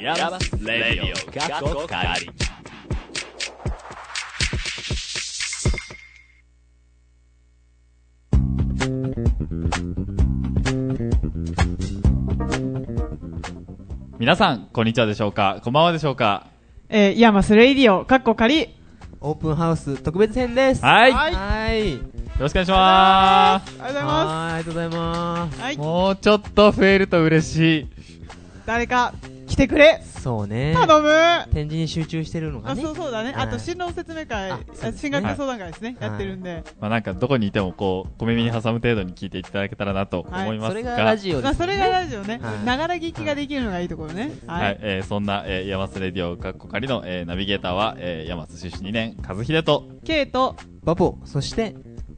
ヤマスレディオ過去仮皆さんこんにちはでしょうかこんばんはでしょうかえー、イヤマスレイディオ、カッコ仮。オープンハウス特別編です。はいよはい。はい。ろしくお願いしまあすりがとうございまはーいありがとうございます。す。はい。もうちょっと増えると嬉しい誰か、来てくれ。そうね。頼む。展示に集中してるのがあ、ね。そうそうだね。はいあと、進路説明会、ああそうです進ね学相談会ですね。はいやってるんで。まあなんかどこにいてもこう小耳に挟む程度に聞いていただけたらなとはい思いますが、それがラジオまであ、すそね。れがラジオね。はいながら聞きができるのがいいところね。ははいい。、えーそんな、えー、山津レディオかっこかりの、えーナビゲーターは、えー、山津出身2年、和秀と、ケイと、バポ、そして、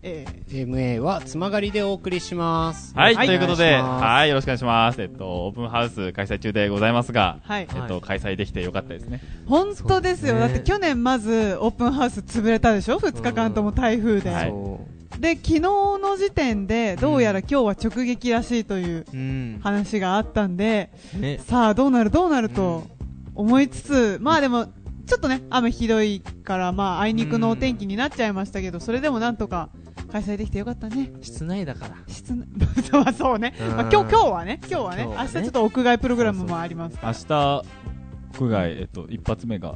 えー MA はつまがりでお送りします。はい、はいということで、お願いしますはい、よろしくお願いします。えっと、オープンハウス開催中でございますが、はい。えっと、開催できてよかったですね。本当ですよ。そうだっねて去年まずオープンハウス潰れたでしょ ?2 日間とも台風で。はいそで、昨日の時点で、どうやら今日は直撃らしいというう。うん。話があったんで、ね。さあどうなるどうなると思いつつ、まあでもちょっとね雨ひどいからまああいにくのお天気になっちゃいましたけど、それでもなんとか開催できてよかったね室内だから。室内そう そうね、うんまあ、今日今日はね今日はね今日は明ね日ちょっと屋外プログラムもありますか明ら日、屋外、えっと、一発目が、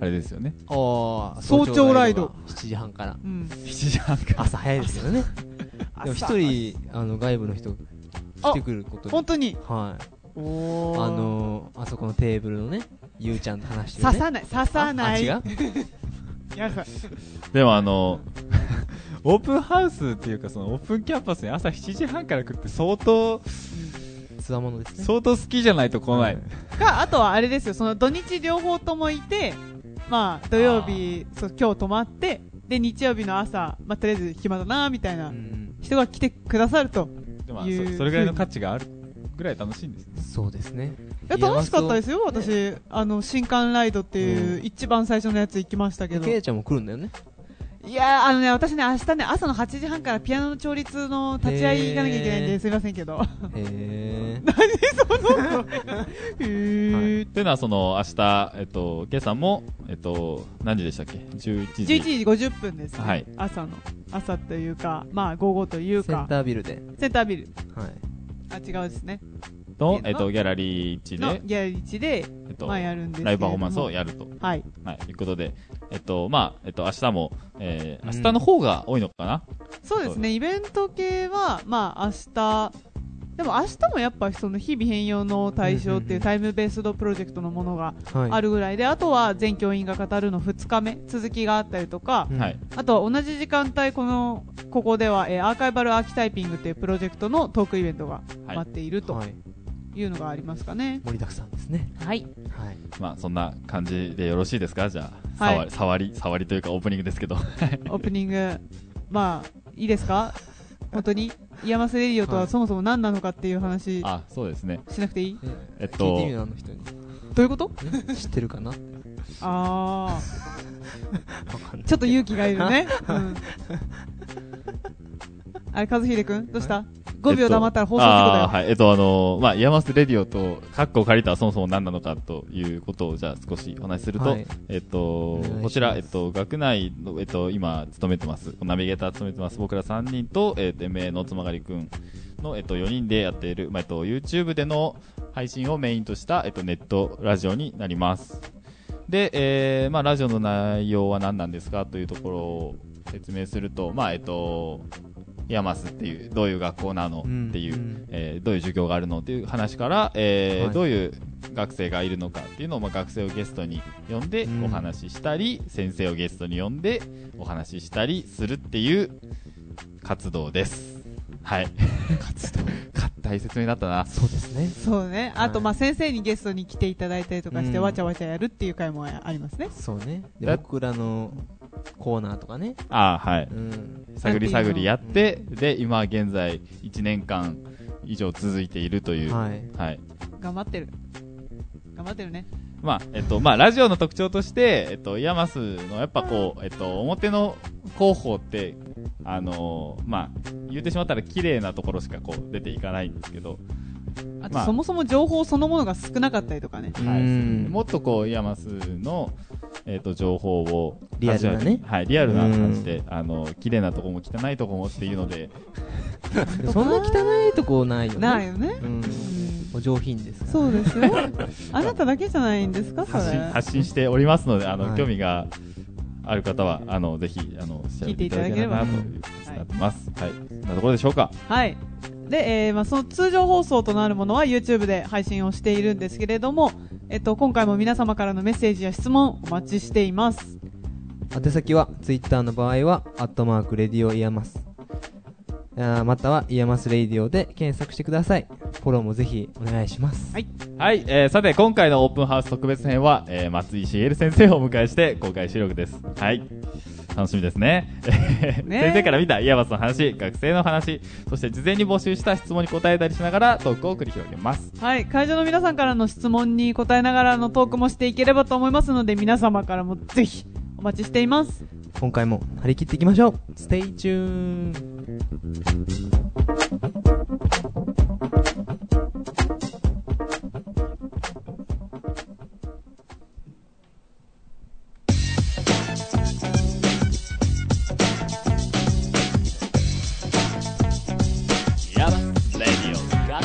あれですよね。ああ、早朝ライドが7時半から。うん7時半から。朝早いですよね。でも 朝一人、あの、外部の人来てくること本に。当にはい。おあおのー、あそこのテーブルのね、ゆうちゃんと話してる、ね。刺さない刺さないああ違うやさ でもあの、 オープンハウスっていうか、そのオープンキャンパスに朝7時半から来るって相当、つわものですね。相当好きじゃないと来ない。かあとはあれですよその土日両方ともいてまあ土曜日そう今日泊まってで日曜日の朝、まあ、とりあえず暇だなみたいな、うん。人が来てくださると。でも、まあいうそそれぐらいの価値があるぐらい楽しいんですね。そうですね。。いや、楽しかったですすよ、私。あの、新刊ライドっていう、一番最初のやつ行きましたけど。ケイちゃんも来るん だよね。いやー、あのね、私ね、明日ね、朝の8時半からピアノの調律の立ち会い行かなきゃいけないんへで、ーすいませんけど。 へ何その、へー。っていうのはその明日、えっと、ケイさんも、えっと、何時でしたっけ11時11時50分です、ねはい朝の朝というかまあ午後といえ。うセンかタービルで。センタービルはい。あ違うですねの、えっと、ギャラリー1ので、ギャラリー地で、えっと、まあ、ラやイるんですブけれどもパフォーマンスをやると、はいはい、いうことで、えっと、まあ、えっと、明日も、えーうん明日の方が多いのかな、そうですね、イベント系は、まあ、明日、でも明日もやっぱその日々変容の対象ってうんういんううんタイムベースドプロジェクトのものがはい。あるぐらいで、あとは全教員が語るの2日目、続きがあったりとか、うんはい。あとは同じ時間帯、この、ここでは、えーアーカイバルアーキタイピングっていうプロジェクトのトークイベントがはい待っているとはい。いうのがありますかね。盛りだくさんですね。はい。はい。まあ、そんな感じでよろしいですかじゃあ、は触り、い触り、触りというかオープニングですけど。オープニング、まあ、いいですか本当に、イヤマスレディオとはそもそも何なのかっていう話あ、そうですね。しなくていいえっ聞いとてみ、るあの人に。どういうこと知ってるかなああ。ちょっと勇気がいるね。うん、あれ、和秀くんどうした、?5 秒黙ったら放送事故だよ。あーはい。えっと、あのーまあ、イヤマスレディオと、カッコを借りたはそもそも何なのかということを、じゃあ少しお話しすると、はいえっおと願いしま、すこちら、えっと、学内の、えっと、今、勤めてます、ナビゲーター勤めてます、僕ら3人と、えっと、MA のつまがりくんの、えっと、4人でやっている、まあ、えっと、YouTube での配信をメインとした、えっと、ネットラジオになります。で、えー、まあ、ラジオの内容は何なんですかというところを説明すると、まあ、えっと、ヤマスっていう、どういう学校なのうんっていう、うんえーどういう授業があるのっていう話から、えーはいどういう学生がいるのかっていうのを、まあ、学生をゲストに呼んでうんお話ししたり、先生をゲストに呼んでお話ししたりするっていう活動です。はい。活動 大切になったな。そうですね。そうね。あと、はいまあ、先生にゲストに来ていただいたりとかして、うんわちゃわちゃやるっていう回もありますね。そうね。で、だ僕らのコーナーとかね。あーはい。うん。探り探りやって、で、今現在1年間以上続いているという。はい。はい。頑張ってる。頑張ってるね。まあ、えっと、まあ、ラジオの特徴として、えっと、イヤマスの、やっぱこう、えっと、表の広報って、あのーまあ、言ってしまったら綺麗なところしかこう、出ていかないんですけど、まああとそもそも情報そのものが少なかったりとかね。はいうんもっとこう、イヤマスの、えっ、と、情報を、リアルなねはい、リアルな感じで、あの、綺麗なとこも汚いとこもっていうので、そんな汚いとこないよねないよね。うんうんお上品ですそうですよ。あなただけじゃないんですか、そ発信れ。発信しておりますので、あの、はい興味がある方は、あの、ぜひ、あの、調べていただければなということになってます。はい。そんなところでしょうか。はい。で、えーまあ、その通常放送となるものは YouTube で配信をしているんですけれども、えっと、今回も皆様からのメッセージや質問お待ちしています。宛先は Twitter の場合は「アットマークレディオイヤマス」あーまたは「イヤマスレディオ」で検索してくださいフォローもぜひお願いしますはい。はい、えーさて今回のオープンハウス特別編は、えー松井茂先生をお迎えして公開収録です。はい。楽しみですね。ね先生から見たイヤバスの話、学生の話、そして事前に募集した質問に答えたりしながらトークを繰り広げます。はい。会場の皆さんからの質問に答えながらのトークもしていければと思いますので、皆様からもぜひお待ちしています。今回も張り切っていきましょう Stay tuned! イヤバスレディオガ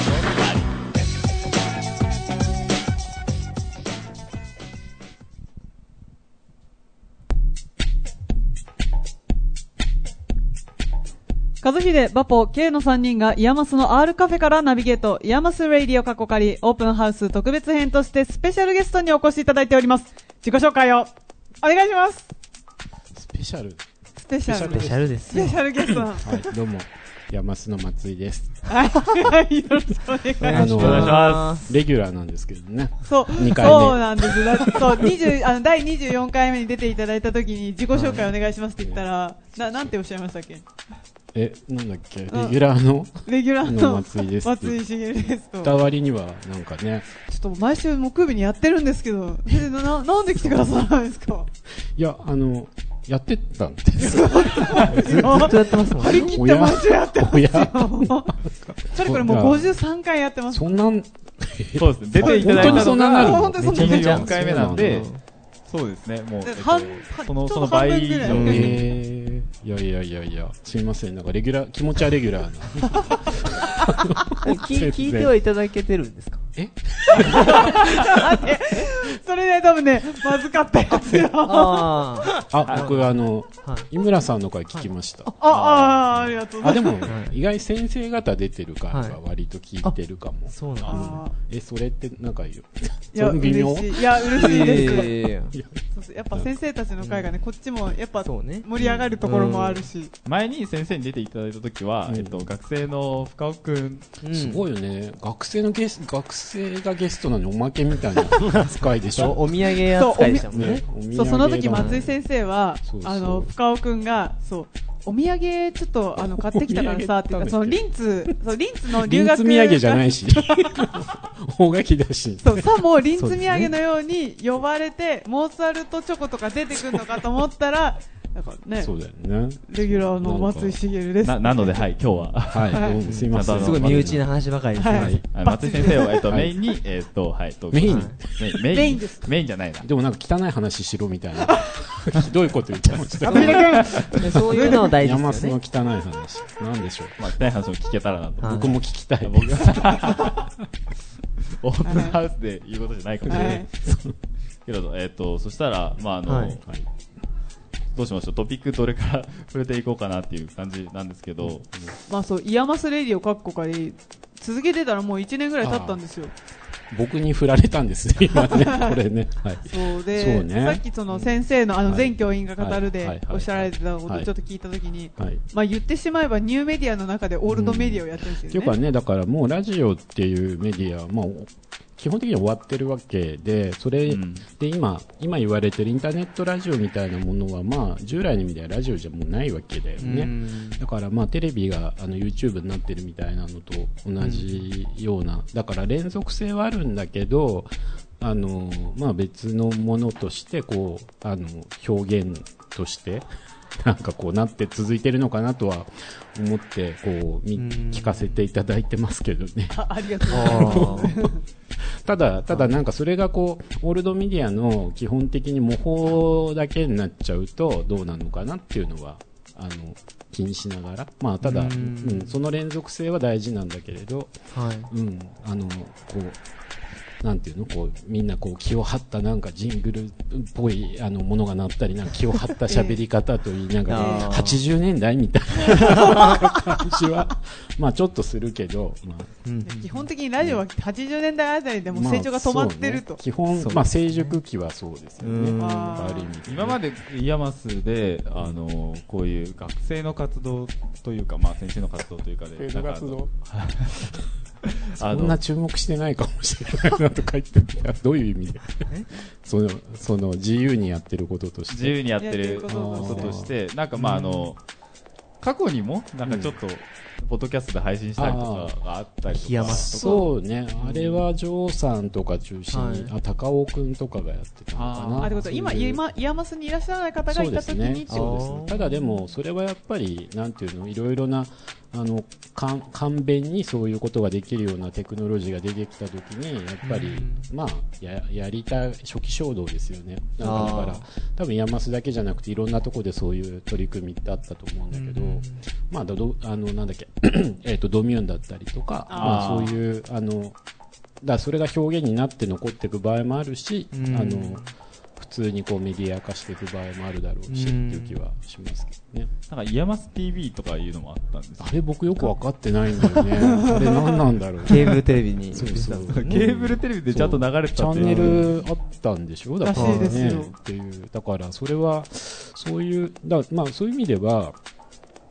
和秀、バポ、K の3人がイヤマスの R カフェからナビゲート、イヤマスレイディオ過去仮、オープンハウス特別編としてスペシャルゲストにお越しいただいております。自己紹介をお願いします。スペシャル。スペシャル。スペシャルですスペシャルゲスト。はい、どうも。 山須の松井です。はい、よろしくお願いしおま願いしますお願いしますレギュラーなんですけどね。す。そう、二回目そうなんです。だそう、20、あの、第24回目に出ていただいた時に自己紹介お願いしますって言ったら、な、なんておっしゃいましたっけえ、なんだっけ、レギュラーのレギュラーのの松井ですって松井茂ですと。伝わりには、なんかね、ちょっと毎週木曜日にやってるんですけど、えなななんで来てくださらないんです かいや、あの、やってたんです。ずっとやってますもん張り切って毎週やってますよ。かれこれもう53回やってます。そんなん、そうですね。出ていただい本当にたそのんなになるが、の本当にそんなになっちゃう24回目なんで、そうですね、もう、えっと半その、ちょそうのど半分倍以ぐらい上。えー、いやいやいやいや、すみません、なんかレギュラー、気持ちはレギュラーな。聞い聞いてはいただけてるんですかそれで多分ね、まずかったやつよ。 あ、ああ、僕、あの、あはい井村さんの回聞きました。あ、ありがとう ごあ、ざでいます。もは、意外先生方出てる回は割と聞いてるかも。そうなんですあえ、それってなんかいるーいや、それ微妙嬉しい。いや、嬉しいいやでいやいやいやすそうそう。やっぱ先生たちの会がね、こっちもやっぱそうね盛り上がるところもあるし。前に先生に出ていただいた時は、うんえっと、学生の深尾くんうんすごいよね。学生のゲス、学生がゲストなのにおまけみたい な扱いでしそうょ。お土産扱いでしたもんねね、お土産そう、その時だ松井先生はそう、そうあの、深尾くんが、そう、お土産ちょっと、あの、買ってきたからさ、っていうか、その、リンツ、そう、リンツのリ留ン学ツ土産じゃい。ない し。大垣だし。そう、さもリンツ土産のように呼ばれて、モーツァルトチョコとか出てくるのかと思ったら、なんかねそ、うだよね。レギュラーの松井茂です。ななので、はい、今日は、はいはいどうも、すいませあのん。すごい身内の話ばかりですね、ははい松井先生を、えっと、はいメインに、えっと、はい、トークメインはいメインメインです。メインじゃないな。でもなんか汚い話しろみたいな。ひどいこと言っ てましたあ、みんなそういうの大事山で須すのよね汚い話。なんでしょう。まあ、期待話も聞けたらなと。はい僕も聞きたい。僕がオープンハウスで言うことじゃないかもしれなはいい。けれど、えっと、そしたら、まあ、あはのい、はいどうしましょう。トピックどれから 触れていこうかなっていう感じなんですけど、まあそう、イヤマスレディオかっこかり、続けてたらもう1年ぐらい経ったんですよ。僕に振られたんですね、今ね、これね。はい。そうそうで、ねさっきその先生のはあのい全教員が語るはいはいではいおっしゃられてたことはをいちょっと聞いたときに、はい。まあ言ってしまえばニューメディアの中でオールドメディアをやってるんですっていようかね。ね、だからもうラジオっていうメディア、まあ、お基本的には終わってるわけで、それうんで今、今言われてるインターネットラジオみたいなものは、まあ、従来の意味ではラジオじゃもうないわけだよね。うんだからまあテレビがあの YouTube になってるみたいなのと同じような、だから連続性はあるんだけどあの、まあ、別のものとしてこうあの表現としてなんかこうなって続いてるのかなとは思って、こう、みうん聞かせていただいてますけどね。 あありがとうございます。あただ、ただなんかそれがこう、オールドメディアの基本的に模倣だけになっちゃうとどうなのかなっていうのは、あの、気にしながら。まあ、ただ、ううんん、その連続性は大事なんだけれど、あ。はい。うん、あの、こう、なんていうのこう、みんなこう、気を張ったなんかジングルっぽい、あの、ものが鳴ったり、なんか気を張った喋り方といい、なん か、あー80年代みたいな 感じは、まあちょっとするけど、まあ、うん。基本的にラジオは80年代あたりでも成長が止まってるまあそとうね。基本、まあ成熟期はそうですようね。んある意味。今までイヤマスで、あのこういう学生の活動というか、まあ、先生の活動というかで、学生の活動なんかあそのんな注目してないかもしれないなとか言ってみた。どういう意味でその、その、自由にやってることとし自て。由にやってやってるるここととととしして、なんかまああの、過去にも、なんかちょっと、ポッドキャストで配信したりとかがあったりと檜山か、さそうね。あれは、ジョーさんとか中心に、はあ、高尾くんとかがやってたのかあな。あ、ということは今、そういう今、イヤマスにいらっしゃらない方がそういでたすときにね。っていうそうですあーね。ただでも、それはやっぱり、なんていうの、いろいろな、あの、かん簡便にそういうことができるようなテクノロジーが出てきたときに、やっぱうりん、まあ、や、やりたい、初期衝動ですよね。なんかだからあー、多分、山須だけじゃなくて、いろんなとこでそういう取り組みってあったと思うんだけど、うんまあ、どど、あの、なんだっけ、 えっと、ドミューンだったりとか、まあ、あーそういう、あの、だからそれが表現になって残っていく場合もあるし、うんあの普通にこうメディア化していく場合もあるだろうし、うんっていう気はしますけどねなんかイヤマス TV とかいうのもあったんですよあれ僕よく分かってないんだよね あれ何なんだろうケーブルテレビに。そうそうケーブルテレビでちゃんと流れてチたャってンネルあったんでしょだかららしいねですよっていうだからそれはそういうだまあそういう意味では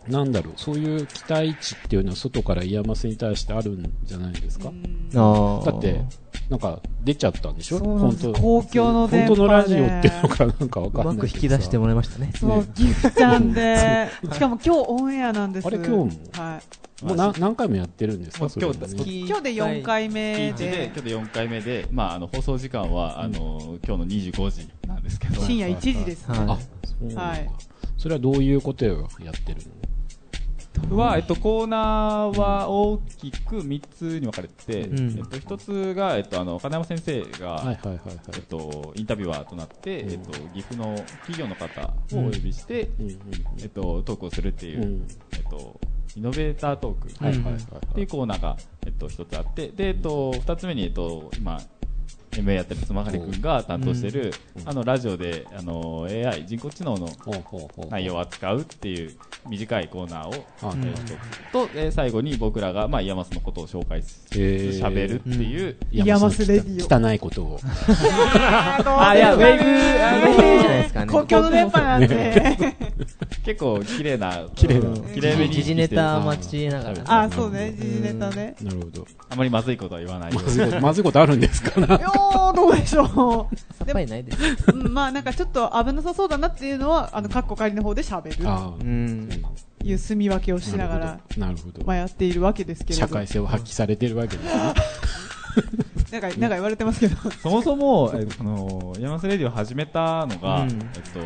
なんだろうそういう期待値っていうのは外からイヤマスに対してあるんじゃないですか、うんああ。だってなんか出ちゃったんでしょそうなん本です当公共の電本波当でのラジオっていうのかなんかわうかんないまく引き出してももらいましたね。そう、ギフちゃんで、 しかも今日オンエアなんです。あれ今日もはもうな何回もやってるんですかもうそれはね今日い。今日で4回目今日でで、 4回目で、まあ、あの放送時間はあの今日の25時なんですけど深夜1時です。あはい。そうなんだ、はいそれはどういうことをやってるのは、えっと、コーナーは大きく3つに分かれてて、うんえっと、1つが、えっと、あの金山先生が、はいはいはいはえっと、インタビュアーとなって、うんえっと、岐阜の企業の方をお呼びして、い、うんえっと、トークをするっていう、うんえっと、イノベータートークっはいはいはいはいていうコーナーが、えっと、一つあって、で、えっと、二つ目に、えっと、今、MA やってるつまがりくんが担当してる、うんあの、ラジオで、あの、AI、人工知能のほうほうほう内容を扱うっていう短いコーナーを、はいえー一つと、えー最後に僕らが、まあ、イヤマスのことを紹介すえー喋るっていう、山瀬レディオ汚いこと をあ、いや、ウェーブ、あウェーブじゃないですかね。 公共の電波なんで。結構綺麗な、綺麗な綺麗めに時事ネタ待ちながら。あ、そうね、時事ネタね。なるほどあまりまずいことは言わないようまにずいことまずいことあるんですかなよー、どうでしょさっぱりないです。う。うんまあなんかちょっと危なさそうだなっていうのは、あの、カッコ仮の方で喋るあうーん。という住み分けをしながら、なるほどまあやっているわけですけれど。社会性を発揮されてるわけですねなんか、なんか言われてますけど。そもそも、えっとあの、イヤマスレディを始めたのが、うんえっと、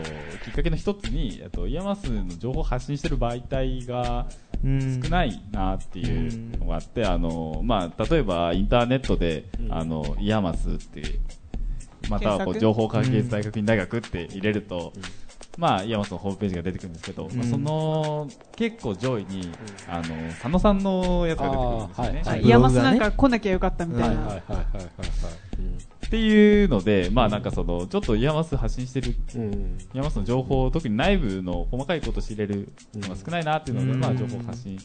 きっかけの一つに、えっと、イヤマスの情報を発信してる媒体がうん少ないなっていうのがあって、あの、まあ、例えばインターネットで、うんあの、イヤマスって、またはこ検索う情報科学技術大学院大学って入れると、まあ、イヤマスのホームページが出てくるんですけど、まあ、うんその、結構上位に、あの、佐野さんのやつが出てくるんですよね。あーはいイヤマスなんか来なきゃよかったみたはいいはいはいはいな。はいっていうので、まあなんかその、ちょっとイヤマス発信してるうんうん山下の情報、特に内部の細かいことを知れるのが少ないなっていうので、うんまあ情報を発信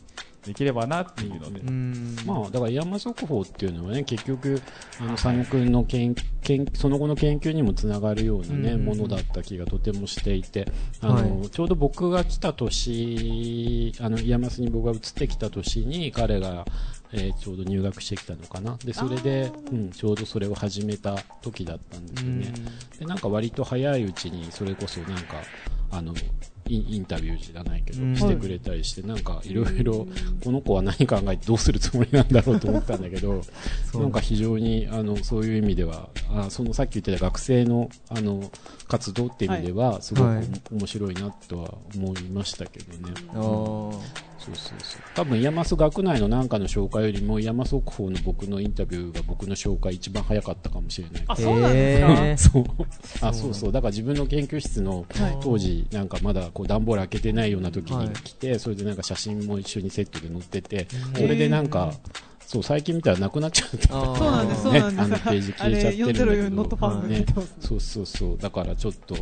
できればなっていうので、うん。まあ、だから山速報っていうのはね、結局、あの、佐野くんの研、研、その後の研究にもつながるようなね、うんものだった気がとてもしていて、あの、はちょうど僕が来た年、あの、山スに僕が移ってきた年に、彼が、えーちょうど入学してきたのかな。で、それで、うん、ちょうどそれを始めた時だったんですよね。でなんか割と早いうちにそれこそなんかあのインインタビューじゃないけど、うんしてくれたりしてなんかいろいろこの子は何考えてどうするつもりなんだろうと思ったんだけどそそうなんか非常にあのそういう意味ではあそのさっき言ってた学生のあの活動っていう意味ではすごく、はい面白いなとは思いましたけどね。あーそうそうそう多分山須学内のなんかの紹介よりも山速報の僕のインタビューが僕の紹介一番早かったかもしれないあそうなんですか へーそうあそうそうだから自分の研究室のはい当時なんかまだこう段ボール開けてないような時はいに来て、それでなんか写真も一緒にセットで載っててそれでなんかそう最近見たらなくなっちゃった あーそうなんです、そうなんです。あのページ消えちゃってるんだけどあれ、404ノットパンが出てます。そうそうそうだからちょっと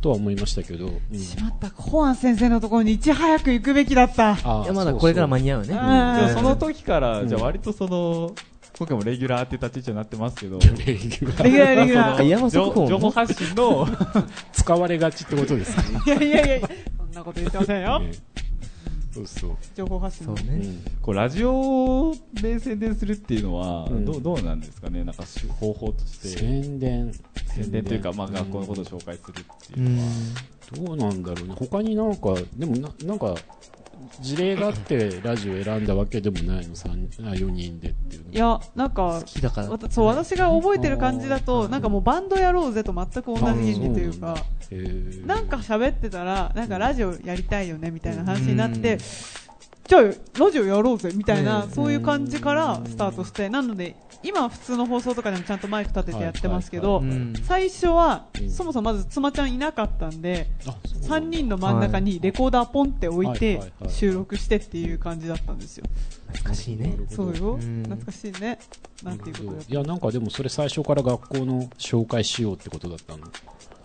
とは思いましたけど、うん、しまった、ホアン先生のところにいち早く行くべきだった。あいやまだこれから間にに合うね。あじゃーあその時から、うんじゃあ割とその、今回もレギュラーっていう立ち位置になってますけど、レギュラー、レギュまあそラーのいやまあそこ情も情報発信の、 使われがちってことですね。。いやいやいや、そんなこと言ってませんよ。そうそう。情報発信そうの。うね。んこうラジオで宣伝するっていうのは、うんどうどうなんですかね、なんかし方法として、宣伝。宣伝というか、まあ、うん学校のことを紹介するってういうのんは、。どうなんだろうね。他になんか、でもな、なんか、事例があってラジオ選んだわけでもないの、三あ4人でっていうのいや、なんか好、きだから。わたそう、私が覚えてる感じだうと、んなんかもうバンドやろうぜと全く同じ原理というか、へーなんか喋ってたら、なんかラジオやりたいよねみたいな話になっうてん、じゃあラジオやろうぜみたいな、うんそういう感じからスタートして、なので、今普通の放送とかでもちゃんとマイク立ててやってますけど、はういはいん。最初はう、んそもそもまず妻ちゃんいなかったんで、あそう3人の真ん中にレコーダーポンって置いはいてはいはい収録してっていう感じだったんですよ。懐かしいね。そうよ。うん懐かしいね。なんていうことなるほどだいやなんかでもそれ最初から学校の紹介しようってことだったの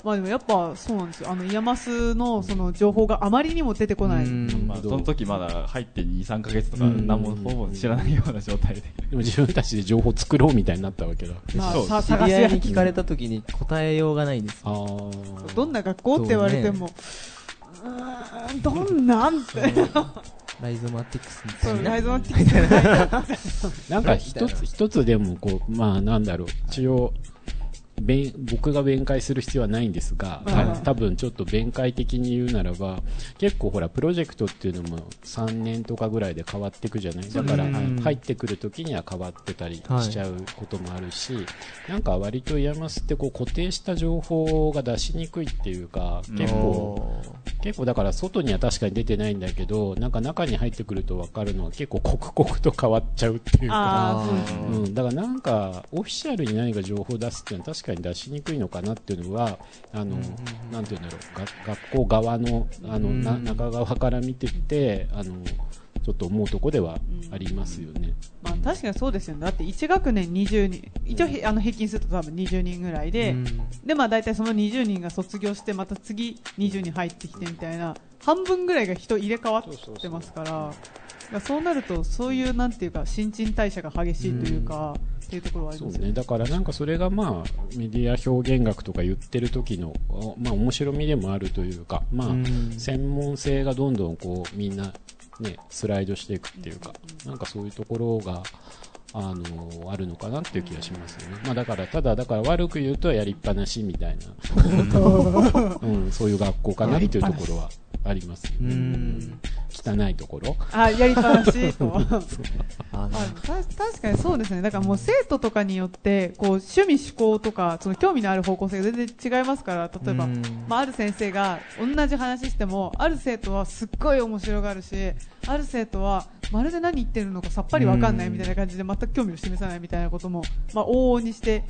まあでもやっぱそうなんですよ。あの、イヤマスのその情報があまりにも出てこない。うんまあ、その時まだ入って2、3ヶ月とか、うん何もほぼ知らないような状態で、でも自分たちで情報作ろうみたいになったわけだまあそうさ知探りし合い合にい聞かれた時に答えようがないんですよ。あーどんな学校って言われても、うーん、どんなんって。ライゾマティクスみたそ、いうな。ライゾマティックじゃない。なんか一つ一つでもこう、まあなんだろう、一応、弁僕が弁解する必要はないんですが、はい多分ちょっと弁解的に言うならば、結構ほら、プロジェクトっていうのも3年とかぐらいで変わってくじゃないだから、うんはい入ってくる時には変わってたりしちゃうこともあるし、なんか割と山マスってこう固定した情報が出しにくいっていうか、結構、結構だから外には確かに出てないんだけど、なんか中に入ってくると分かるのは結構刻々と変わっちゃうっていうか、ああ、そうです。ーうん、だからなんかオフィシャルに何か情報を出すっていうのは確かに出しにくいのかなっていうのはあの、うんうんうんなんて言うんだろうが学校側のあの、なうん中側から見ててあのちょっと思うとこではありますよね。 まあ確かにそうですよね。だって1学年20人、一応へあの平均すると多分20人ぐらいで、でまあ大体その20人が卒業してまた次20人入ってきてみたいな半分ぐらいが人入れ替わってますからだからそうなるとそういうなんていうか新陳代謝が激しいというか、っていうところはありそうますよねね、だからなんかそれがまあメディア表現学とか言ってる時の、おまあ、面白みでもあるというか、まあ、専門性がどんどんこうみんな、ね、スライドしていくっていうか、なんかそういうところが、あのあるのかなっていう気がしますよね。まあだから、ただ、だから悪く言うとやりっぱなしみた いな、うん、そういう学校かなっていうところはありますようね。ん。汚いところ。あやりっぱな しとああーた確かにそうですねだからもう生徒とかによってこう趣味趣向とかその興味のある方向性が全然違いますから例えば、うんまあ、ある先生が同じ話してもある生徒はすっごい面白がるしある生徒はまるで何言ってるのかさっぱりわかんないみたいな感じで全く興味を示さないみたいなことも、まあ、往々にして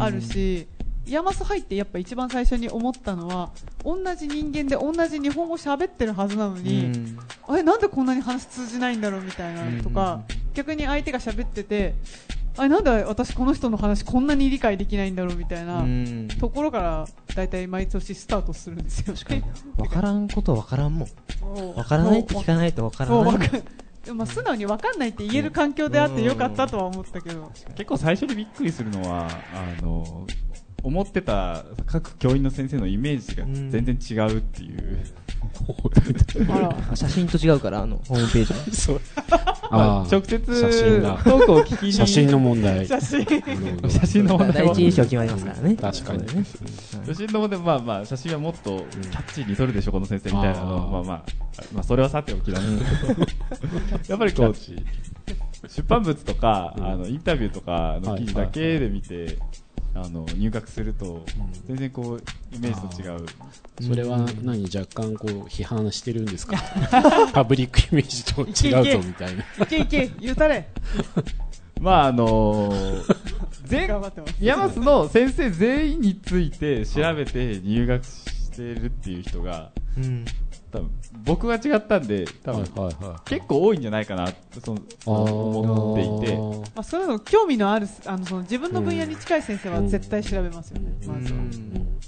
あるし、イヤマス入ってやっぱ一番最初に思ったのは同じ人間で同じ日本語喋ってるはずなのうに。ん。あれなんでこんなに話通じないんだろうみたいなのとうんか、逆に相手が喋っててあれなんで私この人の話こんなに理解できないんだろうみたいなうんところから大体毎年スタートするんですよ 確かに。わからんことはわからんもん。そうわからないって聞かないとわからそうないわ。かんでもまあ素直にわかんないって言える環境であってよかったとは思ったけど 結構最初にびっくりするのは、あの、思ってた各教員の先生のイメージが全然違うっていう。あらあ写真と違うから、あの、ホームページの。そう。まああー直接写真がトークを聞きに写真の問題。写真写真の問題第は一印象 決まりますからね。確かにそうだね。写真の問題まあまあ写真はもっとキャッチーに撮るでしょこの先生みたいなのあー まあまあまあそれはさておきなんですけどやっぱりこう出版物とか、うんあのインタビューとかの記事だけで見て、あの入学すると、ん全然こうイメージと違うそれは何若干こう批判してるんですか パブリックイメージと違うぞみたいな。いけいけ、言うたれ。まああの ー全頑張ってます。山須の先生全員について調べて入学してるっていう人がうん。多分僕は違ったんで多分、はいは結構多いんじゃないかなとその思っていてまあ、それぞれ興味のある、あの、その自分の分野に近い先生は絶対調べますよね。うまずうは。ん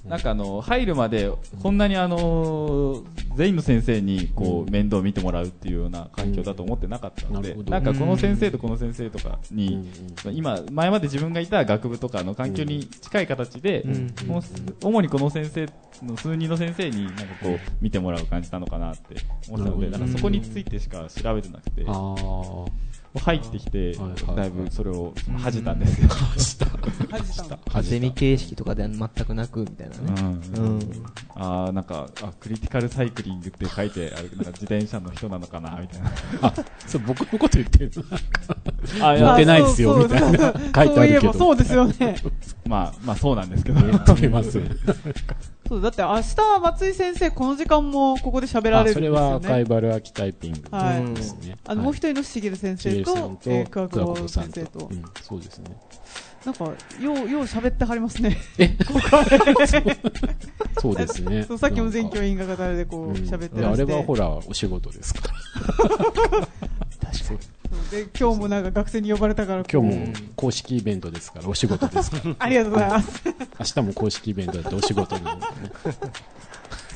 なんかあの入るまでこんなにあの全員の先生にこううん面倒を見てもらうっていうような環境だと思ってなかったので、うんななるほどんかこの先生とこの先生とかうにん、その今前まで自分がいた学部とかの環境に近い形で、うんもう主にこの先生の数人の先生になんかこう見てもらう感じなのかなって思ってたので、なるほなどんかそこについてしか調べてなくて、あー入ってきてはいはいはいだいぶそれを恥じたんですよ。はじさんゼミ形式とかでは全くなく、みたいなね。ううんん。あーなんかあクリティカルサイクリングって書いてあるなんか自転車の人なのかなみたいなあ、そう、僕のこと言ってる。 あいやっやてないですよそうそうそうみたいな 書いてあるけどそういえばそうですよね。 まあまあそうなんですけど言ってます。そう、だって明日は松井先生、この時間もここで喋らあれるそんでれすよはね。カイバルアーキタイピングはいうんですね。あの、もう一人のしげる先生はいと、えー、桑桑子子さ先ん生ととう。んそうですね。なんか、よう、よう喋ってはりますね。そうですね。 そうさっきも全教員が語るでこう、喋ってらあしれて。はほら、お仕事ですから。そうで、今日もなんか学生に呼ばれたから、今日も公式イベントですから、お仕事 ですから。ありがとうございます。明日も公式イベントだってお仕 事なんでね。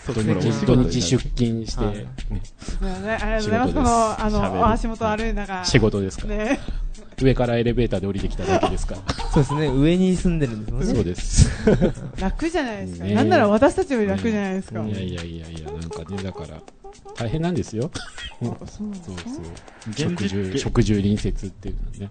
土ほらお仕事日出勤して、はいねそうだねありがとうございます。仕こ事ですの、喋あるの、お足元歩いながら。仕事ですから。ね。上からエレベーターで降りてきただけですから。そうですね、上に住んでるんですもんね。 そうです。楽じゃないですか。ねなんなら私たちより楽じゃないですか。いやいやいやいや、なんかね、だから、大変なんですよ。あそうなんそうですそねう。食住、食住隣接っていうのはね。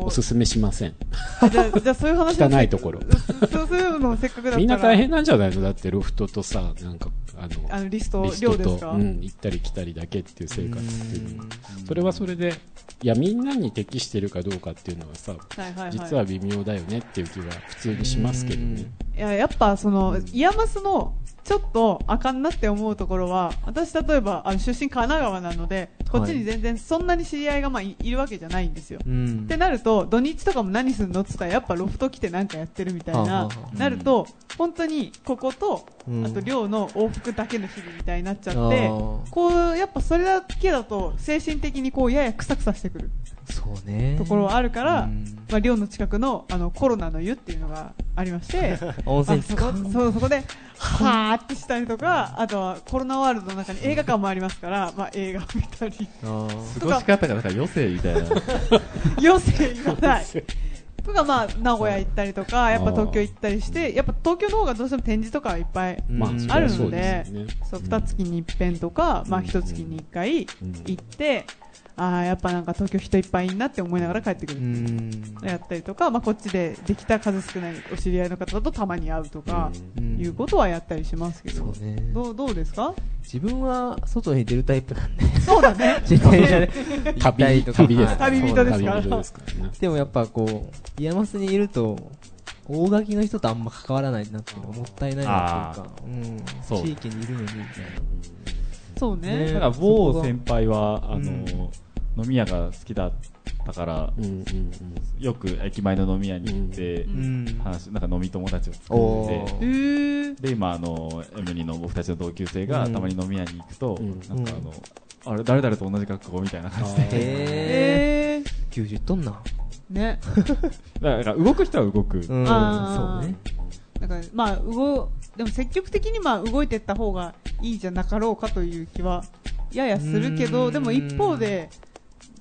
おおすーすめしません。あ じゃあ、じゃあそういう話も汚いところ。 そうそういうのもせっかくだったら。みんな大変なんじゃないのだって、ロフトとさ、なんか、あの、あの、リストリ、ス量トですと、かううんん、行ったり来たりだけっていう生活っていうのはうんそれはそれで、いや、みんなに適してるかどうかっていうのはさ、はいはいはい。実は微妙だよねっていう気は普通にしますけどね。いや、やっぱその、イヤマスの、ちょっとあかんなって思うところは、私例えば、あの、出身神奈川なので、こっちに全然そんなに知り合いがまあいいるわけじゃないんですよ。うん。ってなると土日とかも何すんのって言ったらやっぱロフト来てなんかやってるみたいはあはあなはあなると本当にこことうんあと寮の往復だけの日々みたいになっちゃあってーこうやっぱそれだけだと精神的にこうややクサクサしてくるそうね。ところはあるから、うんまあ、寮の近くのあのコロナの湯っていうのがありまして温あ泉そ地こか。そうそこではーってしたりとかあとはコロナワールドの中に映画館もありますから、まあ、映画を見たり。あー過ごし方がなんか余生みたいな余生がない。とか、まあ、名古屋行ったりとか、やっぱ東京行ったりして、やっぱ東京の方がどうしても展示とかはいっぱい、まあうん、それあはるそのうでですよね。、そう、うん二月に一遍とか、まあ、うん一月に一回うん行って、ああ、やっぱなんか東京人いっぱいいんなって思いながら帰ってくうる。ん。やったりとか、まあ、こっちでできた数少ないお知り合いの方とたまに会うとか、うんいうことはやったりしますけそどう。ね。どう、どうですか 自分は外に出るタイプなんで、そうだね。自転車で 行った旅、りとか。旅です。はい旅人ですかそうなんら旅人ですからね。でもやっぱこう、イヤマスにいると、大垣の人とあんま関わらないなっていうのがもったいないなっていうか、うん、そう地域にいるのにみたいそうね。ねだから某先輩はあの、飲み屋が好きだったからうんうんよく駅前の飲み屋に行って、うんな。話なんか飲み友達をうん。作っおててえー。ー、で今あの M2 の僕たちの同級生がうんたまに飲み屋に行くと、うんなんかあの、あれ誰々と同じ格好みたいな感じでへえー、ー。90トンな。ね。だから動く人は動く、うん。あーそうね。だからまあ動でも積極的にまあ動いていった方がいいじゃなかろうかという気はややするけうーどんでも一方で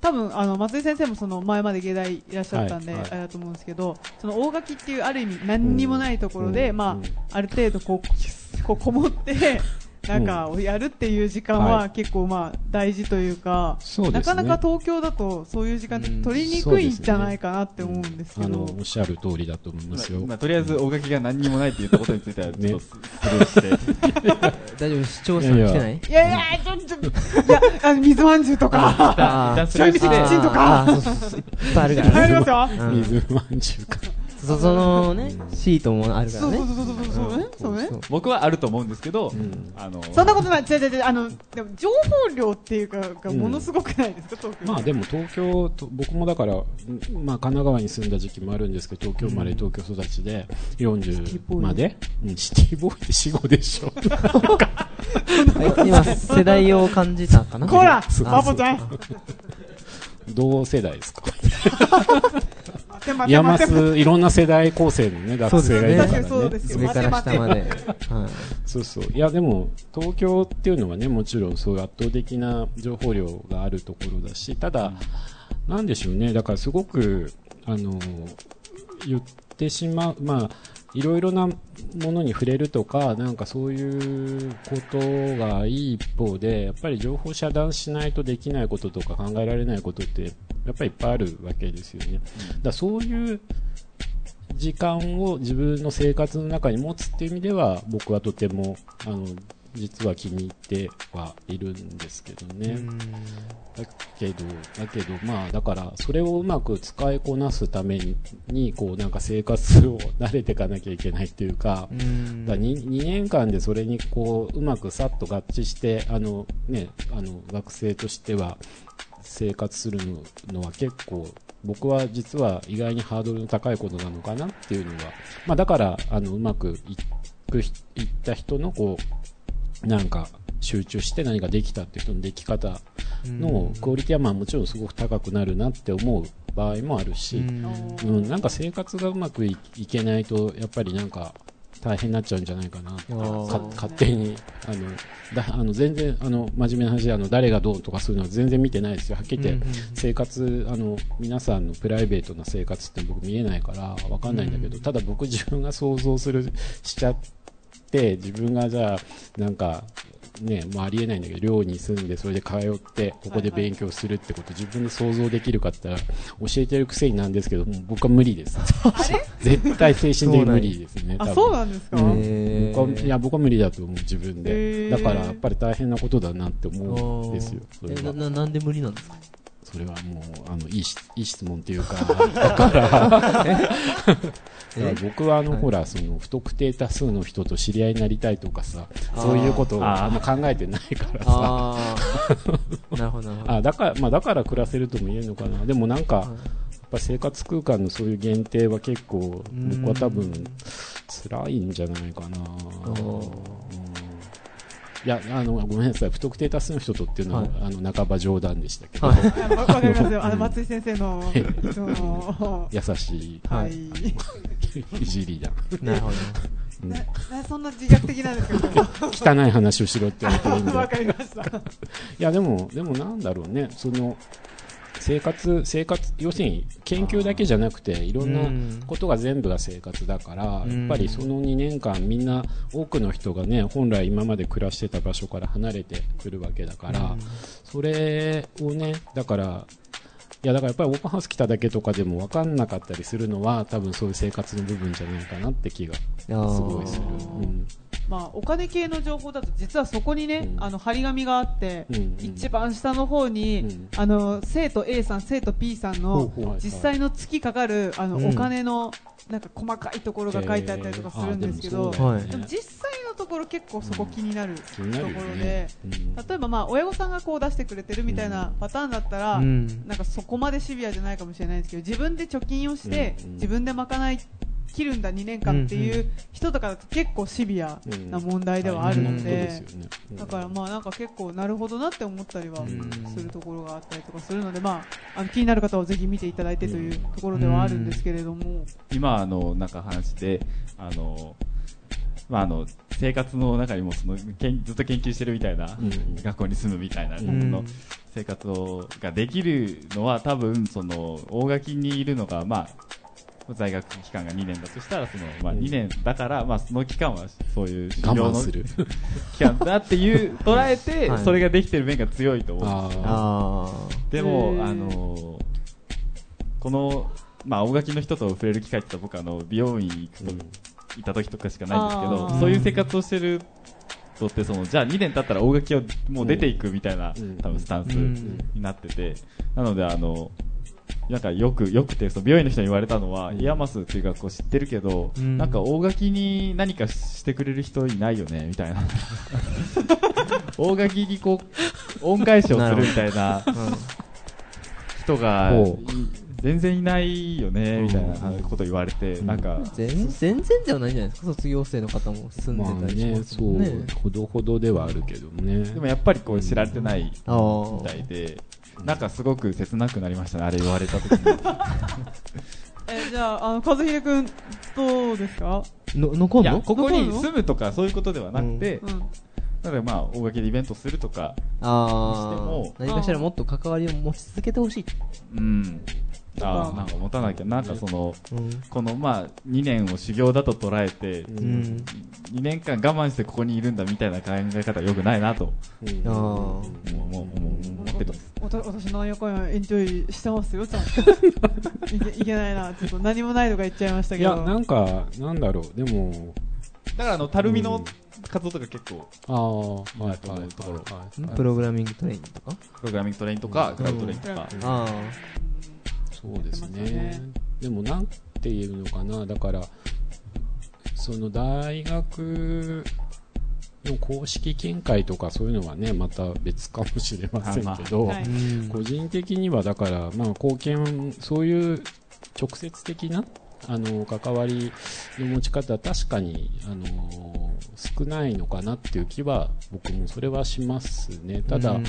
多分あの松井先生もその前まで芸大いらっしゃったんで、はいはいあれだと思うんですけどその大垣っていうある意味何にもないところで、うんまあうん ある程度こうこうこもってなんかをやるっていう時間ははい結構まあ大事というか、そうですねなかなか東京だとそういう時間うん取りにくいんじゃないかなって思うんですけあのど、おっしゃる通りだと思いますよ。まあとりあえず、大垣が何にもないって言ったことについては、ちょっとねスルーして。大丈夫視聴者来てないいいやいや、ちょっと、いや、あの水まんじゅうとか、あーひたすらちょい店キッチンとかあーそうそうそういっぱいあるか流行らりねますよ。うん水まんじゅうか。そそのねシートもあるからそうねそうそうそうそう、そうそうね。僕はあると思うんですけど、あの、そんなことない、違う違う違う、あの、でも情報量っていうか、がものすごくないですか、東京。まあでも東京と僕もだから、んまあ、神奈川に住んだ時期もあるんですけど東京生まれ、東京育ちで40までうんシティボーイって死後でしょはい今世代を感じたかなこらそう、バボちゃん。同世代ですか待て待て山待て待て。須いろんな世代構成の、ね、学生がいるからねそうですね確かにそうですよ上から下まではいそうそういやでも東京っていうのはねもちろんそういう圧倒的な情報量があるところだしただ、なんでしょうねだからすごくあの言ってしまうまあいろいろなものに触れるとかなんかそういうことがいい一方でやっぱり情報遮断しないとできないこととか考えられないことってやっぱりいっぱいあるわけですよね。だからそういう時間を自分の生活の中に持つっていう意味では僕はとてもあの実は気に入ってはいるんですけどね。だけど、だけど、まあ、だから、それをうまく使いこなすために、こう、なんか生活を慣れていかなきゃいけないっていうか、うーんだ 2, 年間でそれにこううまくさっと合致してあの、ね、あの学生としては生活するのは結構僕は実は意外にハードルの高いことなのかなっていうのは、まあ、だからあのうまくいくいった人のこうなんか集中して何かできたっていう人のでき方のクオリティはまあもちろんすごく高くなるなって思う場合もあるし。うんうん、なんか生活がうまくいいけないと、やっぱりなんか大変になっちゃうんじゃないかなあーか勝手に、あのだあの全然あの真面目な話であの、誰がどうとかそういうのは全然見てないですよ、はっきり言って、うんうん生活あの、皆さんのプライベートな生活って僕、見えないから分かんないんだけど、ただ僕、自分が想像するしちゃって、自分がじゃあ、なんか、ね、もうありえないんだけど寮に住んでそれで通ってここで勉強するってこと自分で想像できるかって言ったら教えてるくせになんですけどもう僕は無理です 絶対精神的に無理ですね多あ、分そうなんですかうんへー僕はいや僕は無理だと思う自分でへーだからやっぱり大変なことだなって思うんですよそれえなはななんで無理なんですかそれはもうあのいいしいい質問って いうかだからいやえ僕はあの、はいほらその不特定多数の人と知り合いになりたいとかさそういうことをあんま考えてないからさああなるほどなるほどあだから、まあ、だから暮らせるとも言えるのかな。でもなんか、やっぱ生活空間のそういう限定は結構、うん僕は多分、辛いんじゃないかな。うんいや、あの、ごめんなさい。不特定多数の人とっていうのは、はいあの、半ば冗談でしたけど、はいあわかりますよ。あの、松井先生 の、その、優しい、ははいい。 いじりだ。なるほどななそんな自虐的なんですけ ど。汚い話をしろって言われてるんで。わかりました。いやでも、でもなんだろうね、その生活、生活、要するに研究だけじゃなくて、いろんうんなことが全部が生活だから、やうんっぱりその2年間、みんな多くの人がね、本来今まで暮らしてた場所から離れてくるわけだから、それをね、だから、いやだからやっぱりオープンハウス来ただけとかでも分かんなかったりするのは、多分そういう生活の部分じゃないかなって気がいやーすごいする。うんまあ、お金系の情報だと、実はそこにね、うんあの、張り紙があって、うん一番下の方に、うんあの、生徒 A さん、生徒 B さんほうのほうはい、実際の月かかる、あの、うんお金の、なんか細かいところが書いてあったりとかするんですけど、えーあーでもそうでもだよねは実際のところ結構そこ気になると気ころになるよでね、。例えばまあ親御さんがこう出してくれてるみたいなパターンだったら、うんなんかそこまでシビアじゃないかもしれないんですけど自分で貯金をして、うんうん自分でまかない切るんだ2年間っていうう人とかだと結構シビアうんな問題ではあるの大変なことですでよ。ねうんだからまあなんか結構なるほどなって思ったりはんするところがあったりとかするのでまああの気になる方はぜひ見ていただいてというところではあるんですけれども今あのなんか話であのまああの生活の中にもそのけんずっと研究してるみたいな、うん学校に住むみたいな、んの生活をができるのは多分その大垣にいるのがまあ在学期間が2年だとしたら、その、まあ2年だから、まあその期間はそういう修行我慢のする。期間だっていう、捉えては、いそれができてる面が強いと思う。ああでへーも、あのーこの、まあ、青垣の人と触れる機会って言ったら僕あの美容院行くと、うんいた時とかしかないんですけあどーそういう生活をしてるとってそのじゃあ2年経ったら青垣をもう出ていくみたいな、うん多分スタンスうんになってて、なのであのなんかよくよくてその美容院の人に言われたのは、イヤマスっていう学校知ってるけど、うんなんか大垣に何かしてくれる人いないよねみたいな 大垣にこう恩返しをするみたいなあ、うん人がほ全然いないよねみたいなうんこと言われて、うんなんか、全全然ではないんじゃないですか卒業生の方も住まあんでたりしねま、すそもんうね,、、ほどほどではあるけどね。でもやっぱりこう知られてないみあーたいで、なんかすごく切なくなりましたね、あれ言われた時に。え、じゃあ、あの、和秀くん、どうですかの残いんや、のここに住むとかそういうことではなくて、うん。なのでまあ、大垣でイベントするとか、にああしても何かしらもっと関わりを持ち続けてほしい、うん。あうんーなんか持たなきゃ、なんかその、うんこのまあ、2年を修行だと捉えて、ううんん、 2年間我慢してここにいるんだみたいな考え方は良くないなとうんあ思うー思う思う思ってます。わた私の横山エンジョイしてますよ、ちゃんと いけ。いけないな、ちょっと何もないとか言っちゃいましたいけど。や、なんか、なんだろう、でも、だからあの、たるみの活動とか結構、ああ、はいいはないと思うところはんプログラミングトレーニングとかプログラミングトレインとか、クラウドトレインとか。あい。そうですやってますよねね。でも、なんていうのかな、だから、その大学の公式見解とかそういうのはね、また別かもしれませんけど、はいあ、うん個人的にはだから、まあ、貢献そういう直接的なあの関わりの持ち方は確かにあの少ないのかなっていう気は僕もそれはしますねただ、うん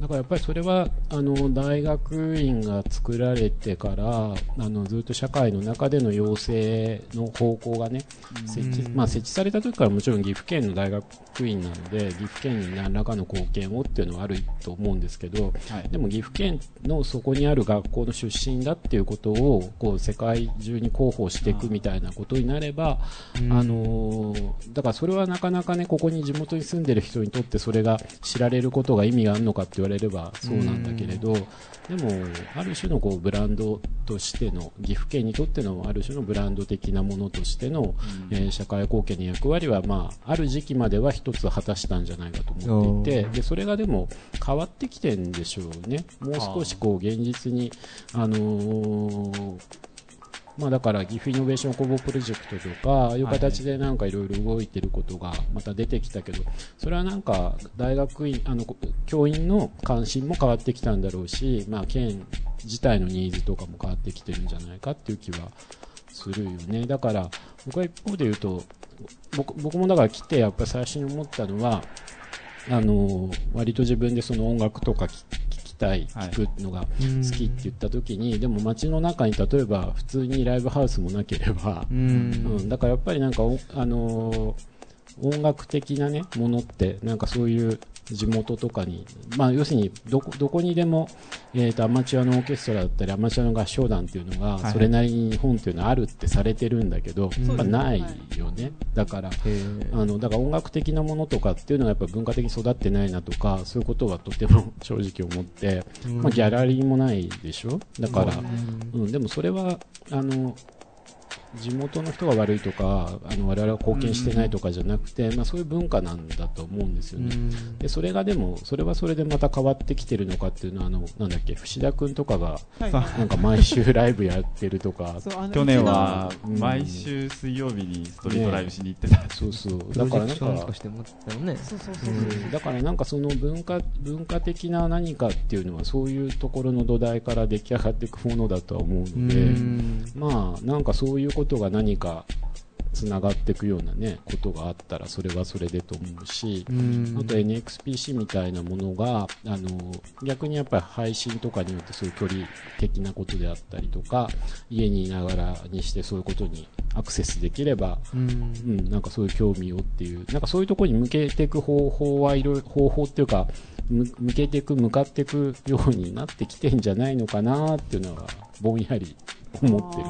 だからやっぱりそれはあの大学院が作られてからあのずっと社会の中での養成の方向がね設置,、うんまあ、設置された時からもちろん岐阜県の大学院なので岐阜県に何らかの貢献をっていうのはあると思うんですけどはいでも岐阜県のそこにある学校の出身だっていうことをこう世界中に広報していくみたいなことになれば、うんあのーだからそれはなかなかねここに地元に住んでる人にとってそれが知られることが意味があるのかって言われればそうなんだけれど、でもある種のこうブランドとしての岐阜県にとってのある種のブランド的なものとしての、えー社会貢献の役割は、まあ、ある時期までは一つ果たしたんじゃないかと思っていてでそれがでも変わってきてんでしょうねもう少しこう現実にあのーまあ、だから岐阜イノベーション工房プロジェクトとかああいう形でなんかいろいろ動いてることがまた出てきたけどそれはなんか大学院あのこ教員の関心も変わってきたんだろうし、まあ、県自体のニーズとかも変わってきてるんじゃないかっていう気はするよねだから僕は一方で言うと僕僕もだから来てやっぱり最初に思ったのはあの割と自分でその音楽とか聞聞きたいはい聞くのが好きって言った時に、でも街の中に例えば普通にライブハウスもなければ、ううんんだからやっぱりなんかお、あのー音楽的な、ね、ものってなんかそういう地元とかに、まあ、要するにどこどこにでも、えー、とアマチュアのオーケストラだったりアマチュアの合唱団っていうのいはがいそれなりに日本っていうのはあるってされてるんだけど、んやっぱないよね、だからへーあのだから音楽的なものとかっていうのはやっぱ文化的に育ってないなとかそういうことはとても正直思って、うんまあ、ギャラリーもないでしょだから、うんうん、でもそれはあの地元の人が悪いとかあの我々は貢献してないとかじゃなくて、まあ、そういう文化なんだと思うんですよね。でそれがでもそれはそれでまた変わってきてるのかっていうのはあのなんだっけ伏田君とかがはいさなんか毎週ライブやってると かそうあの去年はうん毎週水曜日にストリートライブしに行ってた、そうそうプだロジからェなんクションとかかしてもらってたもんねうちのそうそうそううそう、んだからなんかその文化文化的な何かっていうのはそういうところの土台から出来上がっていくものだとは思ううので、んまあなんかそういうことが何かつながっていくようなねことがあったらそれはそれでと思うし、うんあと NXPC みたいなものがあの逆にやっぱり配信とかによってそういう距離的なことであったりとか家にいながらにしてそういうことにアクセスできればうんうん、なんかそういう興味をっていう、なんかそういうところに向けていく方法はいろいろ、方法っていうか、む向けていく向かっていくようになってきてんじゃないのかなっていうのはぼんやり思ってる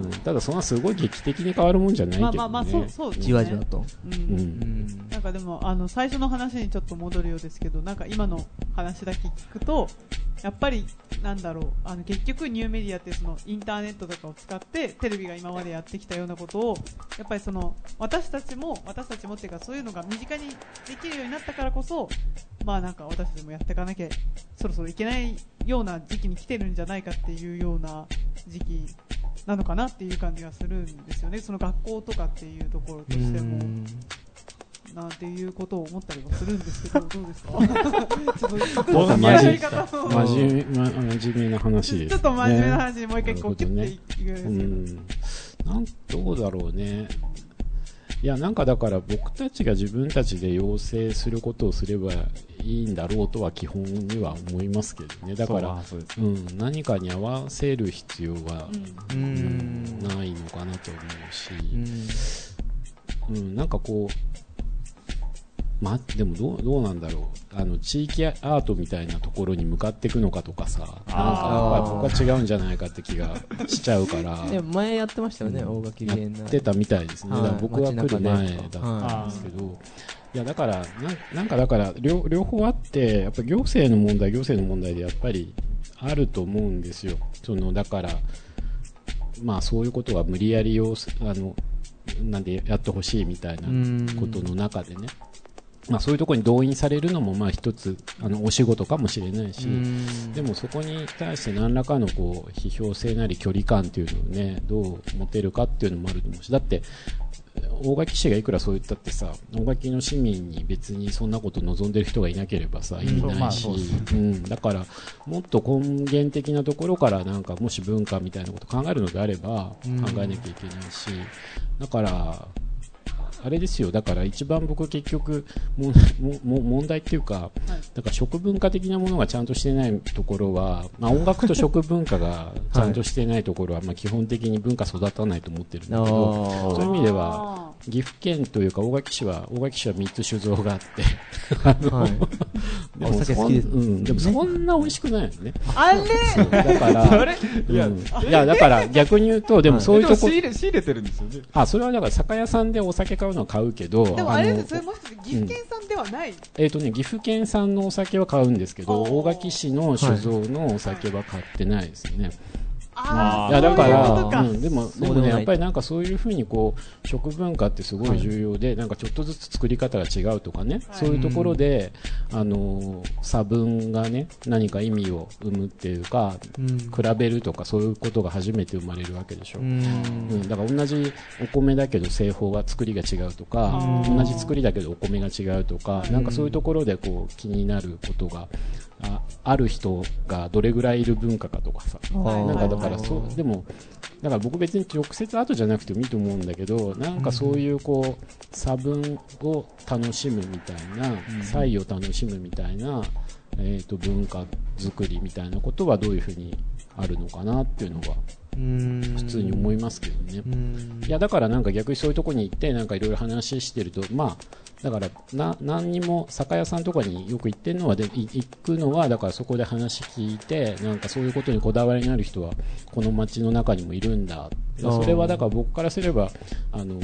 うん、ただそんなすごい劇的に変わるもんじゃないけまどあね。まあまあ、そう、そうですねじわじわと。う。うんんなんかでも、あの、最初の話にちょっと戻るようですけど、なんか今の話だけ聞くと、やっぱり、なんだろう、あの、結局ニューメディアってそのインターネットとかを使って、テレビが今までやってきたようなことを、やっぱりその、私たちも、私たちもっていうか、そういうのが身近にできるようになったからこそ、まあなんか私たちもやっていかなきゃ、そろそろいけないような時期に来てるんじゃないかっていうような時期なのかなっていう感じがするんですよね。その学校とかっていうところとしても。なんていうことを思ったりもするんですけど、どうですかちょっと即ぼん時ややりり方を真面目、ま真面目な話です、ね。ちょっと真面目な話にもう一回こう、なるほキどュッねていくんですうけど。ん。なん、どうだろうね。いや、なんかだから僕たちが自分たちで要請することをすればいいんだろうとは基本には思いますけどね。だかそうら、あそうですうね。ん、何かに合わせる必要は、ううん。うん。ないのかなと思うし。うんうん、なんかこう、ま、でもどうどうなんだろうあの地域アートみたいなところに向かっていくのかとかさなんかやっぱり僕は違うんじゃないかって気がしちゃうからでも前やってましたよね、うん大垣や芸能ってたみたいですね、はいだから僕は来る前だっ街中でたんですけど、いやだからなんなんかだから両両方あってやっぱ行政の問題行政の問題でやっぱりあると思うんですよそのだからまあそういうことは無理やり要すあのなんでやってほしいみたいなことの中でね、まあ、そういうところに動員されるのもまあ一つあのお仕事かもしれないし、うんでもそこに対して何らかのこう批評性なり距離感っていうのをねどう持てるかっていうのもあると思うしだって大垣市がいくらそう言ったってさ大垣の市民に別にそんなこと望んでる人がいなければさ意味ないし、そうまあそうでうん、だからもっと根源的なところからなんかもし文化みたいなこと考えるのであればうん考えなきゃいけないし、だからあれですよだから一番僕結局ももも問題っていうかだから食文化的なものがちゃんとしてないところは、まあ、音楽と食文化がちゃんとしてないところは、まあ基本的に文化育たないと思ってるんだけどあそういう意味では岐阜県というか大垣市は大垣市は3つ酒造があってーはい でおも酒そ好きん,、ですうん、でもそんな美味しくないよねあれそうだ からいや,、いやだから逆に言うとでもそういうとこ、仕入れ、仕入れてるんですよね。あそれはだから酒屋さんでお酒買うのは買うけどでもあれですそのれもしかして岐阜県産ではない。えーとね、岐阜県産のお酒は買うんですけどおー大垣市の酒造のお酒は買ってないですね、ああい、やーだかそういら、うことかうんでもそうででももないねやっぱりなんかそういうふうにこう食文化ってすごい重要で、なんかちょっとずつ作り方が違うとかね、はいそういうところで、あのー差分がね何か意味を生むっていうかうん比べるとかそういうことが初めて生まれるわけでしょ、うんうん、だから同じお米だけど製法が作りが違うとかうん同じ作りだけどお米が違うとかうんなんかそういうところでこう気になることがあある人がどれぐらいいる文化かとかさあーなんかだからそはいうでもだから僕別に直接後じゃなくてもいいと思うんだけどなんかそういうこう差分を楽しむみたいな差異を楽しむみたいな、えー、と文化作りみたいなことはどういうふうにあるのかなっていうのがうん普通に思いますけどね。うんいやだからなんか逆にそういうとこに行ってなんかいろいろ話してるとまあだからな何にも酒屋さんとかによく行ってんのはでい行くのはだからそこで話聞いてなんかそういうことにこだわりのある人はこの街の中にもいるんだであーそれはだから僕からすればあの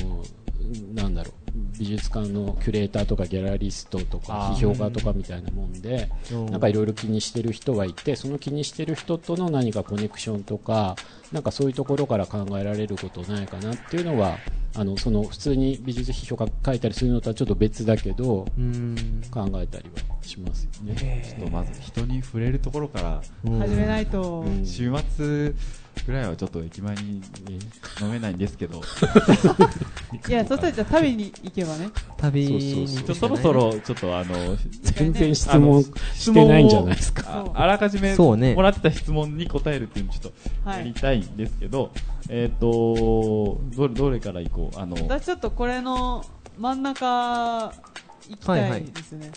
なんだろう美術館のキュレーターとかギャラリストとかあー批評家とかみたいなもんでうんなんかいろいろ気にしてる人がいてその気にしてる人との何かコネクションとかなんかそういうところから考えられることないかなっていうのはあのその普通に美術批評家書いたりするのとはちょっと別だけどうん考えたりはしますよね。ちょっとまず人に触れるところから、うん始めないと。うん週末ぐらいはちょっと駅前に飲めないんですけど、いや、そしたらじゃあ食べに行けばね。旅にそうそうちょそろそろちょっとあの、全然質問してないんじゃないですか。かそうあらかじめそうねもらってた質問に答えるっていうのをちょっとはやりい。たいんですけど、えっ、とどれ、どれからいこうあの、私ちょっとこれの真ん中行きたいですね。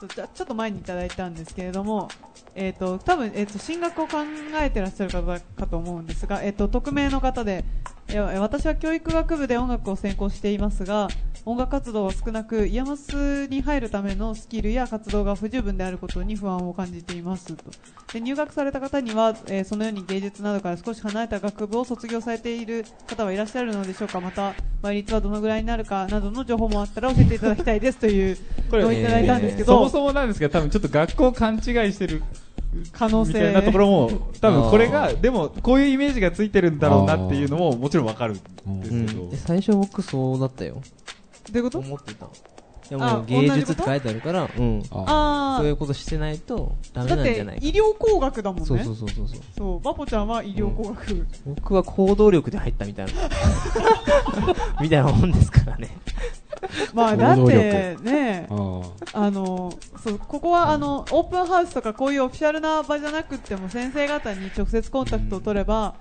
そうじゃあちょっと前にいただいたんですけれども、えっ、と、多分、えっ、と、進学を考えてらっしゃる方かと思うんですが、えっ、と、匿名の方で、えー私は教育学部で音楽を専攻していますが、音楽活動は少なく、イヤマスに入るためのスキルや活動が不十分であることに不安を感じていますとで入学された方には、えーそのように芸術などから少し離れた学部を卒業されている方はいらっしゃるのでしょうか、また倍率はどのぐらいになるかなどの情報もあったら教えていただきたいですというこれごいただいたんですけそど、もそもなんですけど、多分ちょっと学校を勘違いしてる可能性みたいなところも、多分これあが、でもこういうイメージがついてるんだろうなっていうのももちろんわかるんですうけど、ん、最初僕そうだったよどういうこと思ってたいやあもう芸同じこ術っとて書いてあるからうんそああういうーことしてないとダメだなっんじゃなていか医療工学だもんね。そうそうそうそうそうそう、バポちゃんは医療工学。僕は行動力で入ったみ たいなみたいなもんですからねまあ、だってねあ、ーあの、そう、ここはあの、オープンハウスとかこういうオフィシャルな場じゃなくっても、先生方に直接コンタクトを取れば、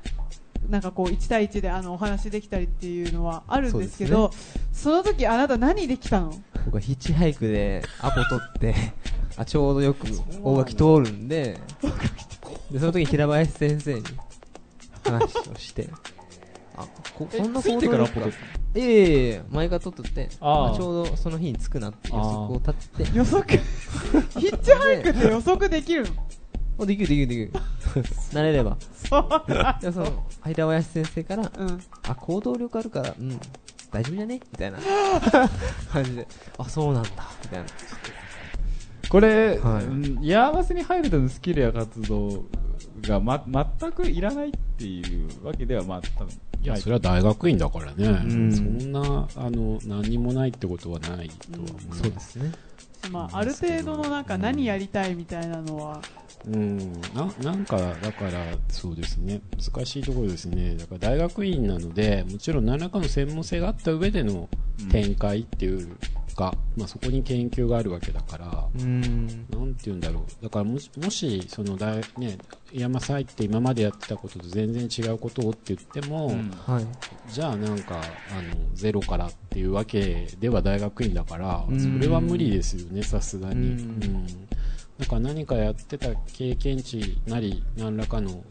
なんかこう、1対1であの、お話できたりっていうのはあるんですけど、その時あなた何できたの僕はヒッチハイクでアポ取ってあちょうどよく大垣通るんででその時に平林先生に話をしてあここんなつい行て動からア力ポが取っいやいやいや前が取っとってあーまあちょうどその日に着くなっていうあ予ー測を立てて予 測。ヒッチハイクって予測できるのあできるできるでき る慣れれ ばそうなんいやその平林先生からうん。あ行動力あるからうん大丈夫じゃねみ たいな感じであそうなんだみたいなこれ、はいうん居合わせに入るとのスキルや活動が、ま、全くいらないっていうわけでは、まあ、多分いや、ないそれは大学院だからね、んそんな、あの、何もないってことはないとは思います。そうですねまあ、ある程度のなんか何やりたいみたいなのは、うん、ななんか、だから、そうですね、難しいところですね、だから大学院なので、もちろん何らかの専門性があった上でのうん展開っていうか、まあ、そこに研究があるわけだから、うんなんて言うんだろう、だからもし、もしその大、ね、山祭って今までやってたことと全然違うことをって言っても、うんはいじゃあなんかあのゼロからっていうわけでは大学院だからうんそれは無理ですよねさすがに、ううんん、なんか何かやってた経験値なり何らかの、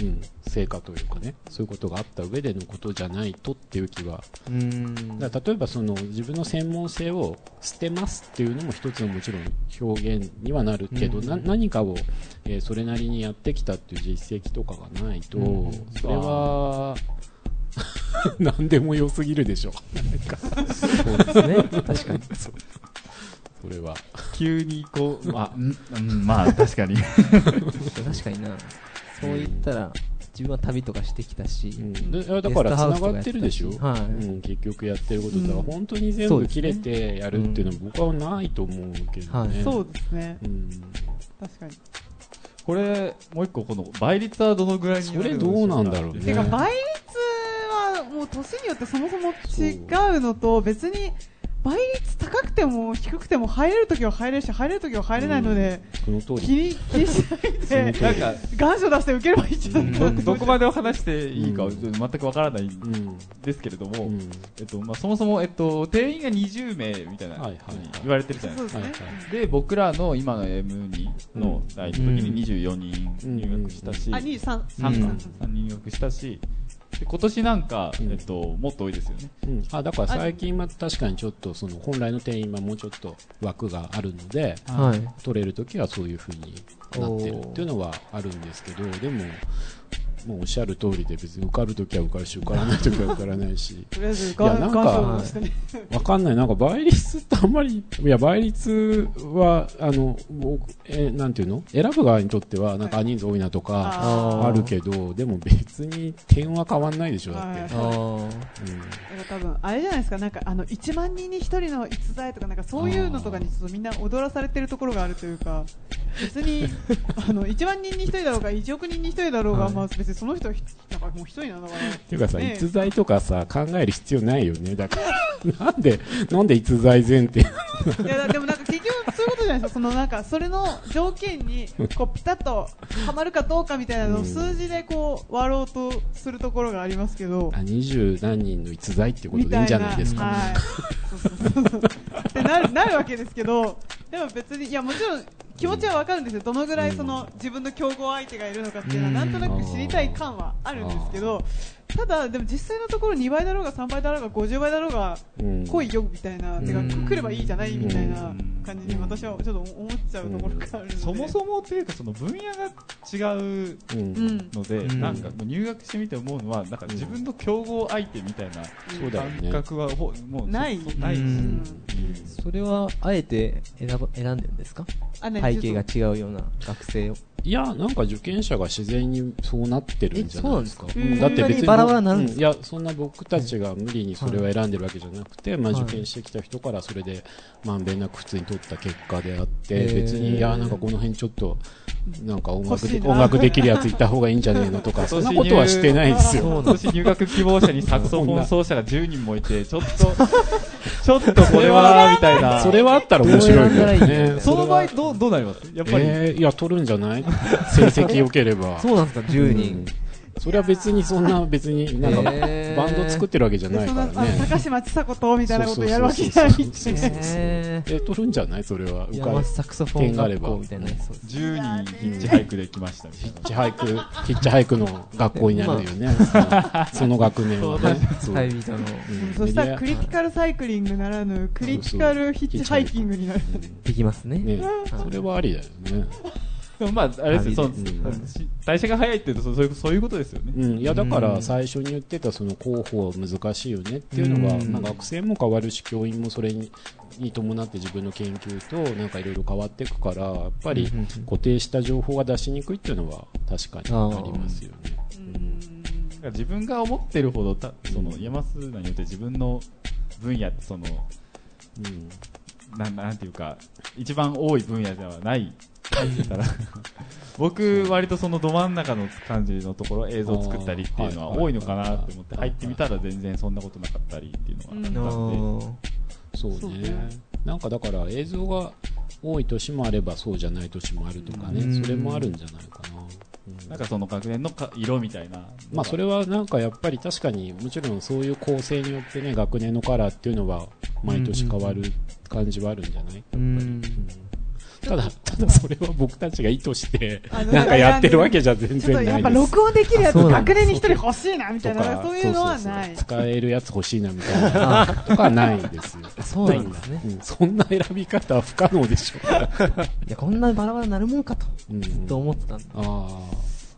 うん、成果というかねそういうことがあった上でのことじゃないとっていう気はうんだから例えばその自分の専門性を捨てますっていうのも一つのもちろん表現にはなるけど、うんな何かを、えーそれなりにやってきたっていう実績とかがないと、うんそれは 何でも良すぎるでしょそうですね確かにそうそれは急にこう、まあ、うんうん、まあ、確かに。確かになそう言ったら自分は旅とかしてきたし、うんでいやだからつゲストハウなスとかがってるでしょ、やってたしはいうん、結局やってることだから、うん本当に全そう部です切ねれてやるっていうのは僕はないと思うけどね、はいそうですね。うん確かに。 これ、もう一個、この倍率はどのぐらいにそれどうなんだろうねてか倍率はもう年によってそもそも違うのと別に倍率高くても低くても入れるときは入れるし入れるときは入れないので、その通り 気に気にしないでなんか、願書出して受ければいいんじゃないかどなどこまでを話していいかうん全くわからないんうんですけれども、うんえっとまあ、そもそも、えっと、定員が20名みたいなはいはいはい言われてるじゃないそでうすですね、はいはいか。で、僕らの今の M2 の代の時うんに24人入学したし、あ二三うん3か、3入学したし、で今年なんか、うんえっと、もっと多いですよね。うん、あだから最近は確かにちょっとその本来の定員はもうちょっと枠があるのではい取れる時はそういうふうになってるっていうのはあるんですけどでももうおっしゃる通りで別に受かる時は受かるし受からない時は受からない しとりあえずいやな願ん願か書を出してねわかんないなんか倍率ってあんまりいや倍率はあの僕えなんていうの選ぶ側にとってはなんかあ人数多いなとかああるけどでも別に点は変わんないでしょだはっいてあ。ーうんーなんか多分あれじゃないですかなんかあの1万人に1人の逸材とかなんかそういうのとかにちょっとみんな踊らされてるところがあるというか別にあの1万人に1人だろうが1億人に1人だろうが、はいまあ、別にその人はひなんかもう1人なんだからっていうかさ、ねえ逸材とかさ、考える必要ないよね。だから、 なんで、なんで逸材前提いやだでもなんか結局そういうことじゃないですか、そのなんかそれの条件にこうピタッとはまるかどうかみたいなのうをん数字でこう割ろうとするところがありますけど、あ、二十何人の逸材っていうことみでいいんたいじな、ゃないですか。はい、そうそうそうそうってなるなるわけですけど、でも別に、いやもちろん気持ちはわかるんですよ、どのぐらいその自分の競合相手がいるのかっていうのは、うんなんとなく知りたい感はあるんですけど、ただ、でも実際のところ2倍だろうが3倍だろうが50倍だろうがうん来いよみたいな、てかうん来ればいいじゃないみたいうなん感じに私はちょっと思っちゃうところがあるので、そもそもっていうかその分野が違うううんん、ので、うんなんかもう入学してみて思うのはなんか自分の競合相手みたいなそうだよね感覚はほもうないそないし、ううんんそれはあえて選ば選んでるんですかあ背ね景が違うような学生をいや、なんか受験者が自然にそうなってるんじゃないですか。えそうなんですだかって別そんなにに。バラバラになるんですうんいや、そんな僕たちが無理にそれを選んでるわけじゃなくて、まあはい受験してきた人からそれでまんべんなく普通に取った結果であって、へー別に、いや、なんかこの辺ちょっと、なんか音楽欲しいでな音楽できるやついた方がいいんじゃねえのとか、そんなことはしてないですよ。今年入学希望者にサクソフォン奏者が10人もいて、ちょ っと、ちょっとこれは、みたいな。それはあったら面白いけどどう選んだらいいんねだ。その場合、どう、どうなりますやっぱり。えー、いや、取るんじゃ ない成績良ければ。そうなんですか10人、それは別にそんな、別になんか、へーバンド作ってるわけじゃなでいそかんならあのね。高嶋ちさ子とみたいなことやるわけじそゃうないそうそうそうんでへえ、取るんじゃないそれは。ー受か山るマ。サクソフォン学校みたいなやつそうです10人ヒッチハイクできましたみたヒいッチハイク、ヒッチハイクの学校になるよね。その学年はね。そうタイビートのうんそしたらクリティカルサイクリングならぬクリティカルヒッチハイキングになるできますねね、それはありだよね。な。でもまあ、あれですよ、その旅でうんし代謝が早いっていうと、そうそういうそういうことですよね。うん、いやだかうらん最初に言ってたその広報難しいよねっていうのは、うんまあ、学生も変わるし教員もそれにに伴って自分の研究となんかいろいろ変わっていくからやっぱりうんうんうん固定した情報が出しにくいっていうのは確かにありますよね。だから自分が思ってるほどた、その、山数によって自分の分野って、その、うんなんなんていうか、一番多い分野ではない。だから僕、割とそのど真ん中の感じのところ、映像作ったりっていうのあはー多いのかなって思って入ってみたら全然そんなことなかったりっていうのがあっあたんで、ーそうねそうねなんかだから映像が多い年もあればそうじゃない年もあるとかね、うんそれもあるんじゃないかな。なんかその学年のか色みたいな。まあそれはなんかやっぱり確かにもちろんそういう構成によってね学年のカラーっていうのは毎年変わる感じはあるんじゃない、うんただただそれは僕たちが意図してあのなんかやってるわけじゃ全ちょっと然なやっいぱです録音できるやつそうなん学年に一人欲しいなみたといなかそういうのはなそういそうそう使えるやつ欲しいなみたいなとかはないですよ、そうなんですねうんそ んな選び方は不可能でしょうから、いやこんなバラバラになるもんかとうんずっと思ってたんであ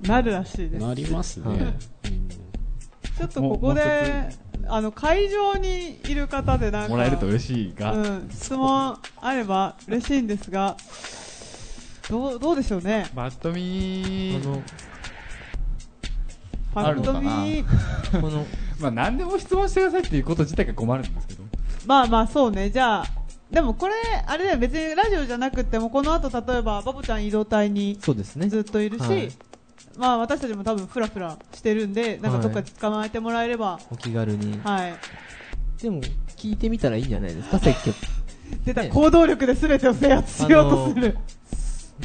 なるらしいあですなりますね、はいうんちょっとここもうであの会場にいる方でなんかもらえると嬉しいが、うん、質問あれば嬉しいんですがどうどうでしょうねまとみこ、のパッと見このまあ何でも質問してくださいっていうこと自体が困るんですけど。まあまあそうねじゃあでもこれあれだよ別にラジオじゃなくてもこの後例えばバボちゃん移動隊に そうですねずっといるし、はいまあ私たちも多分フラフラしてるんでなんかどっかで捕まえてもらえればお気軽にはい、でも聞いてみたらいいんじゃないですか積極出たね行動力で全てを制圧しようとする、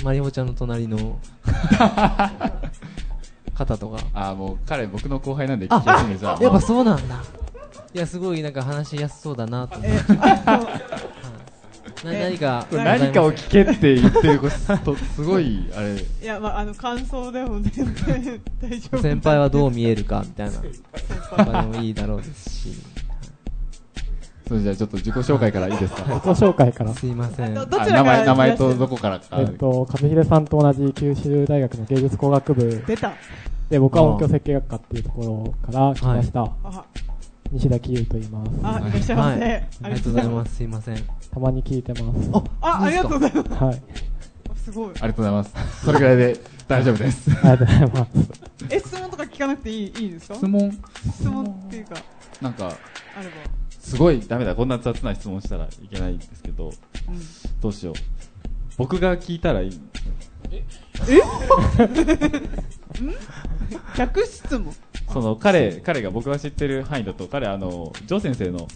マリモちゃんの隣 の方とかああ、もう彼僕の後輩なんで聞き やすいんですわやっぱそうなんだいやすごいなんか話しやすそうだなと思ってえあなえ何かこれ何かを聞けって言ってること、すごい、あれ。のいやまああの感想でも全然大丈夫先輩はどう見えるかみたいな先と輩かでもいいだろうですしそれじゃあちょっと自己紹介からいいですか。 自己紹介から。すいませんどはどあちら名が前名前とどこからか、えっと、和秀さんと同じ九州大学の芸術工学部出たで、僕は音響設計学科っていうところから来ました。あ西田喜優と言います。あいらっしゃいませ、いありがとうございますすいませんたまに聞いてます。あありがとうございまはい。すすごいありがとうございますそれぐらいで大丈夫です ありがとうございます。え質問とか聞かなくていいいいんですか質問質問っていうかなんかあれば、すごいダメだこんな雑な質問したらいけないんですけどどうしよう僕が聞いたらいい客質問その彼彼が僕が知ってる範囲だと彼あのジョー先生の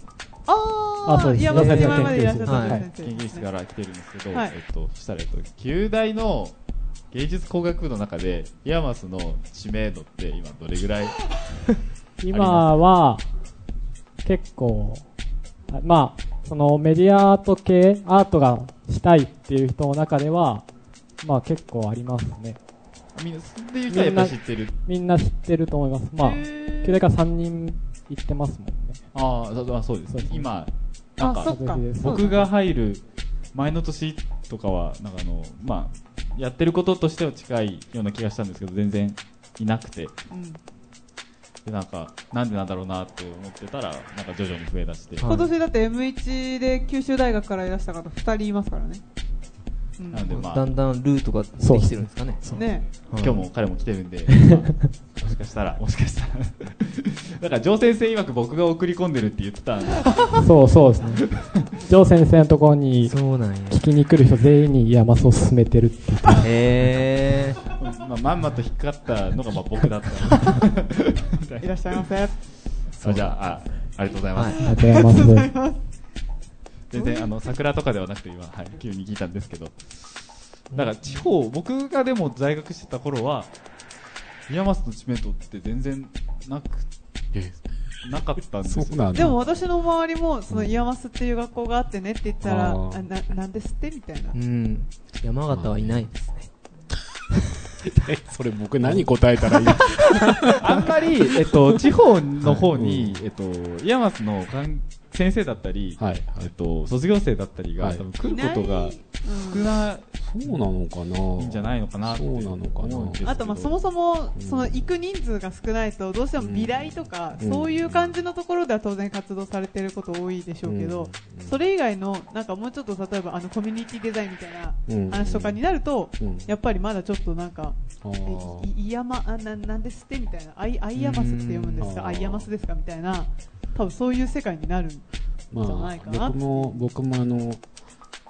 ああそうあですいやまあ前までいらっしゃったはい先生研究室らから来てるんですけど、はいえっとそしたら、えっと、旧大の芸術工学部の中でイヤマスの知名度って今どれぐらい今は、結構、あまあ、そのメディアアート系、アートがしたいっていう人の中では、まあ結構ありますね。みんなっていう人はやっぱ知ってる。みんな知ってると思います。まあ、九大から3人行ってますもんね。あーそあ、そうですそうで。す今、なんあそかっ、かそうです僕が入る前の年とかは、なんかあの、まあ、やってることとしては近いような気がしたんですけど、全然いなくて、うんでなんか、なんでなんだろうなって思ってたら、なんか徐々に増えだして、はい今年だって M1 で九州大学からいらした方2人いますからね、うんなのでまあだ、んだんルートができてるんですかね。ねはい今日も彼も来てるんで、まあもしかしたら、もしかしたら。 だから、城先生曰く僕が送り込んでるって言ってたんで、そうそうですね。ジョー先生のところにそうなんや。聞きに来る人全員にイヤマスを勧めてるって言ってまへえ。まあ、まんまと引っかかったのがまあ僕だったんでいらっしゃいませありあじゃああ、ありがとうございます。はす。ありがとうございまます。す全然あの桜とかではなくて 今、はい、急に聞いたんですけどだから地方僕がでも在学してた頃は宮益と知名度って全然なくなかったんですよそうなんだ。でも私の周りもそのイヤマスっていう学校があってねって言ったら、あーあななんですってみたいなう、ん。山形はいないですね。えそれ僕何答えたらいいあんまり、えっと、地方の方に、えっと、宮益のかん先生だったり、はい。えっと、卒業生だったりが、はい多分来ることが少なそうなのかないんじゃないのかなってそうなのかな思うんですけどあとまあそもそもうんその行く人数が少ないとどうしても美大とかうんそういう感じのところでは当然活動されてること多いでしょうけどうんそれ以外のなんかもうちょっと例えばあのコミュニティデザインみたいなうん話とかになるとうんやっぱりまだちょっとなんかあーいいやまあななんですってみたいなアイアイヤマスって読むんですうかんアイヤマスですかみたいな多分そういう世界になるんじゃまないかなあ、僕も、僕もあの、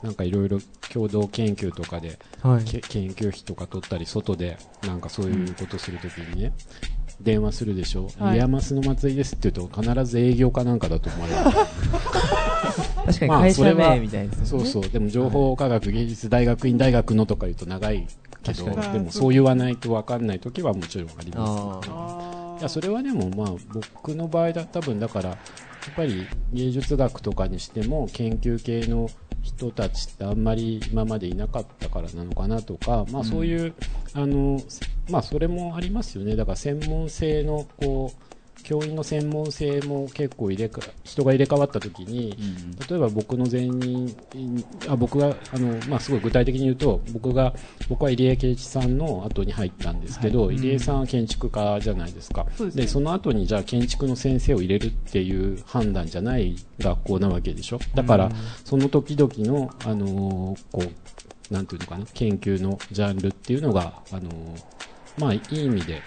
なんかいろいろ共同研究とかで、はい。け研究費とか取ったり、外で、なんかそういうことするときにね、電話するでしょ。はいイヤマスの祭りですって言うと、必ず営業かなんかだと思われる。 確かにまあ会それ社は名みたいですそようね。そう。でも情報科学芸術大学院大学のとか言うと長いけど、確かにでもそう言わないと分かんないときはもちろんありまあす。あ。あいや、ーそれはでもまあ僕の場合だ、多分だから、やっぱり芸術学とかにしても研究系の人たちってあんまり今までいなかったからなのかなとか、まあそういう、あの、まあそれもありますよね。だから専門性のこう、教員の専門性も結構入れか、人が入れ替わった時に、例えば僕の前任あ僕があの、まあ、すごい具体的に言うと僕が僕は入江圭一さんの後に入ったんですけど、い入江さんは建築家じゃないですかそうですねでその後にじゃあ建築の先生を入れるっていう判断じゃない学校なわけでしょだから、うんその時々の、あのーこうなんていうのかな研究のジャンルっていうのが、あのーまあ、いい意味で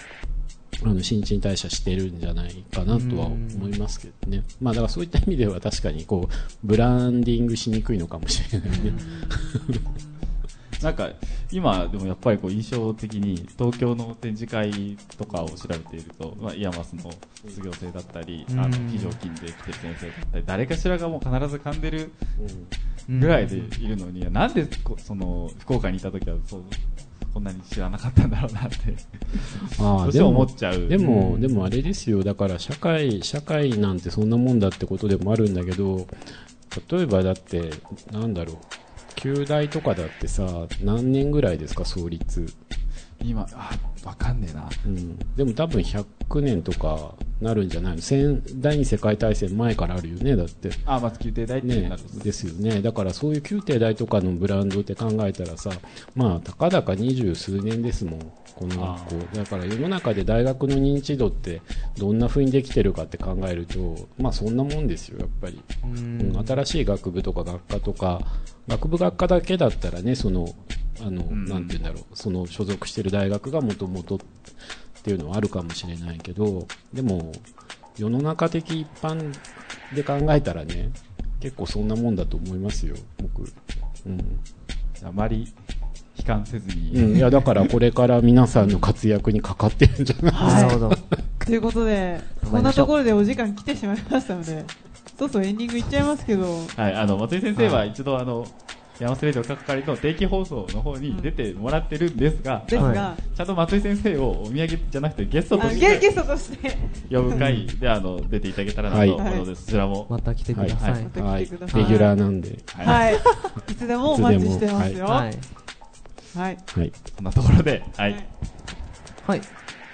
あの新陳代謝してるんじゃないかなとは思いますけどね、まあ、だからそういった意味では確かにこうブランディングしにくいのかもしれないね、なんか今でもやっぱりこう印象的に東京の展示会とかを調べていると、まあ、イヤマスの卒業生だったり、うんあの非常勤で来てる先生だったり誰かしらがもう必ず噛んでるうんぐらいでいるのに、なんでこその福岡にいた時はそうこんなに知らなかったんだろうなってあどあうしてでも思もっちゃうでもでもあれですよだから社会社会なんてそんなもんだってことでもあるんだけど例えばだってなんだろう旧大とかだってさ何年ぐらいですか創立、今あわかんねえなうん、でも多分100年とかなるんじゃないの先第二次世界大戦前からあるよねだってあまず宮廷大ってねなるん、ですよねだからそういう宮廷大とかのブランドって考えたらさまあたかだか二十数年ですもんこのあ学校だから世の中で大学の認知度ってどんな風にできてるかって考えるとまあそんなもんですよやっぱり、ううんん。新しい学部とか学科とか学部学科だけだったらねそのあの、んなんて言うんだろうその所属してる大学がもともとっていうのはあるかもしれないけどでも世の中的一般で考えたらね結構そんなもんだと思いますよ僕、うんあまり悲観せずに、うん、いやだからこれから皆さんの活躍にかかってるんじゃないなるほはど。いということでこ頑張りんまなしょうところでお時間来てしまいましたのでそうそうエンディングいっちゃいますけどはい、あの松井先生は一度あの、山瀬レディオ各係の定期放送の方に出てもらってるんですが、ですが、はちゃんと松井先生をお土産じゃなくてゲストあとのしゲてゲストとして呼ぶ会であの出ていただけたらなと思うので、はそちらも、また来てくださはいい。ははいい、来レギてくださいュラーなんで、はい、いつでもお待ちしてますよ。ははいい、。そんなところで、はいはいはい。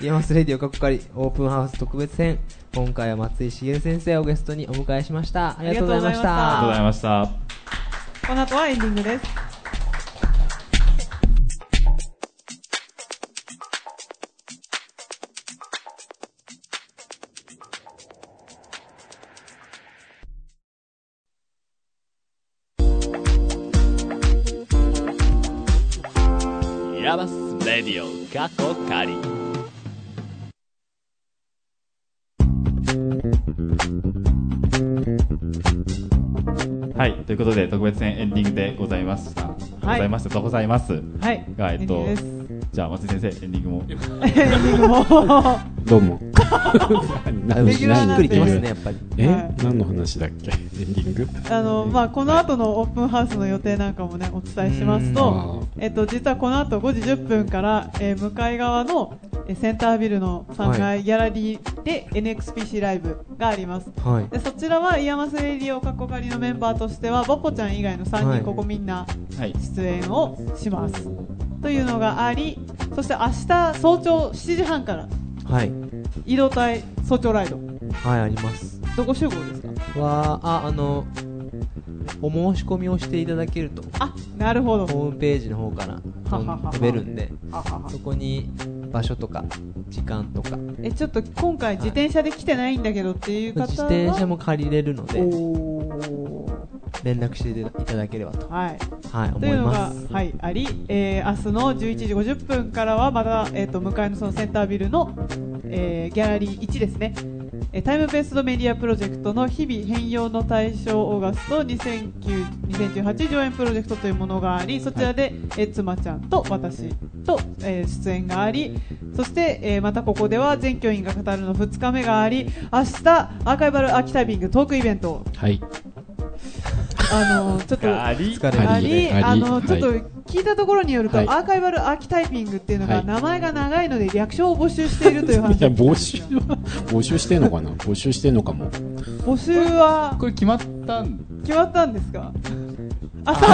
イヤマスレディオかっこかりオープンハウス特別編。今回は松井茂先生をゲストにお迎えしました。ありがとうございまあしりがとうたご。ざいました。この後はエンディングです。ヤマスレディオ過去仮はいということで特別編エンディングでございました、ございましたとございますはい。がえエンっデとィングでじゃあ松井先生エンディングもす。エンディングも。どうも。 何レギュラーしなんっくてりいきうますね、やっぱり。え、はい何の話だっけエンディングあの、まあ、この後のオープンハウスの予定なんかもね、お伝えしますと、えっと、実はこの後5時10分から、えー向かい側の、えーセンタービルの3は階ギャラリーで NXPC ライブがあります。はい。でそちらは、イヤマスレディオカッコカリのメンバーとしては、バポちゃん以外の3はい人、ここみんなはい出演をします。というのがあり、そして明日早朝7時半から、はい。移動隊早朝ライド、はい、あります。どこ集合ですかは、あ、あの、お申し込みをしていただけると、あ、なるほど。ホームページの方からはははは飛べるんで、あははそこに場所とか、時間とか、えちょっと今回自転車で来てないんだけどっていう方は自転車も借りれるので、おー連絡していただければと、はい、はい、と思いいうのがます。、はい、あり、えー、明日の11時50分からはまた、えー、と向かいのそのセンタービルの、えーギャラリー1ですね、えータイムベースドメディアプロジェクトの日々変容の対象オーガスト2009 2018上演プロジェクトというものがありそちらで、えー妻ちゃんと私と、えー出演がありそして、えーまたここでは全教員が語るの2日目があり明日アーカイバル秋タイビングトークイベントはい。あのちょっ とがり疲れはあいり、ありあの、はいちょっと聞いたところによると、はいアーカイバルアーキタイピングっていうのが、はい名前が長いので略称を募集しているという話。いや、募集は、募集してんのかな募集してんのかも。募集は これ決まったん決まったんですか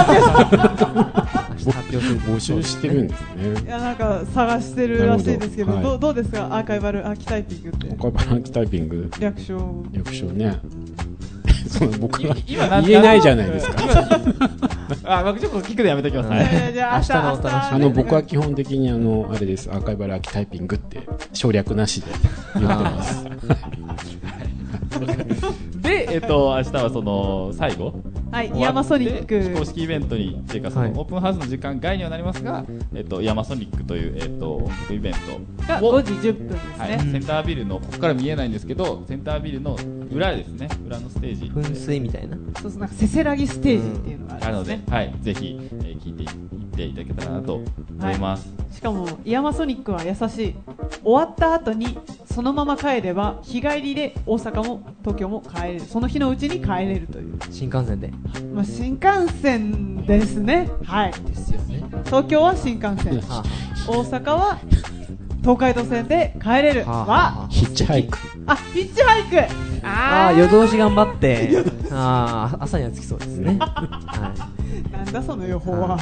明日発表する募集してるんですいね。や、なんか探してるらしいですけど、なるほどどうどうですかアーカイバルアーキタイピングって。岡原アキタイピング、略称。略称ね。その僕は今なんか言えないじゃないですか。あまあちょっと聞くのやめときますじゃね、あじゃあ明日のお楽しみあの、僕は明日基本的にあの、あれです、アーカイバルアーキタイピングって省略なしで言って ます。でえっと明日はその最後はい、イヤマソニッ終わって公ク。式イベントにっていうかそのはいオープンハウスの時間外にはなりますが、えっと、ヤマソニックという、えっと、音楽イベントがを5時10分ですはい、ね。センタービルのここから見えないんですけどセンタービルの裏ですね裏のステージ噴水みたいな。そうそうなんかせせらぎステージっていうのがああるるんのでですね。、はい、ぜひ、えー聞いていっていただけたらなと思います、しかもイヤマソニックは優しい終わった後にそのまま帰れば日帰りで大阪も東京も帰れるその日のうちに帰れるという、新幹線で。まあ、新幹線ですねはいですよね。東京は新幹線は大阪は東海道線で帰れるあ、はあ、はヒッチハイク。あピッチハイクあああ、ー夜通し頑張 って、ああ、朝には着きそうですね。はなんだその予報はは。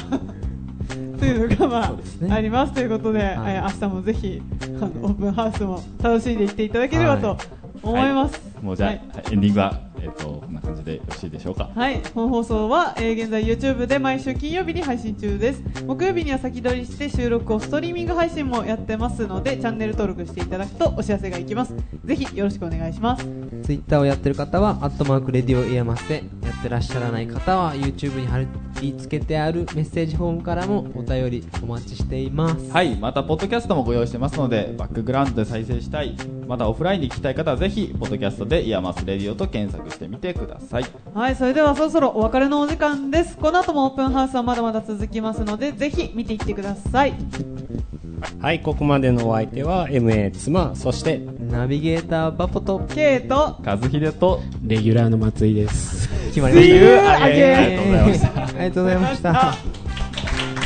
というのがまそうですねあ、ありますということで、えはいー明日もぜひあのオープンハウスも楽しんでいっていただければとはい思います。もうじゃあ、ははいいエンディングは、えっとこんな感じでよろしいでしょうかはい、本放送は、えー現在 YouTube で毎週金曜日に配信中です木曜日には先取りして収録をストリーミング配信もやってますのでチャンネル登録していただくとお知らせがいきますぜひよろしくお願いしますい。ツイッターをやってる方は、アットマークレディオイヤマスで、やってらっしゃらない方は、YouTube に貼り付けてあるメッセージフォームからもお便りお待ちしています。はい、またポッドキャストもご用意してますのでバックグラウンドで再生したいまたオフラインで聞きたい方はぜひポッドキャストで「イヤマスレディオ」と検索してみてくださいはいそれではそろそろお別れのお時間ですこの後もオープンハウスはまだまだ続きますのでぜひ見ていってくださいはい、ここまでのお相手は MA 妻、そしてナビゲーターバポと、ケイト和秀とレギュラーの松井です。決まりまし See you た。 again ありがとうございました。ありがとうございました。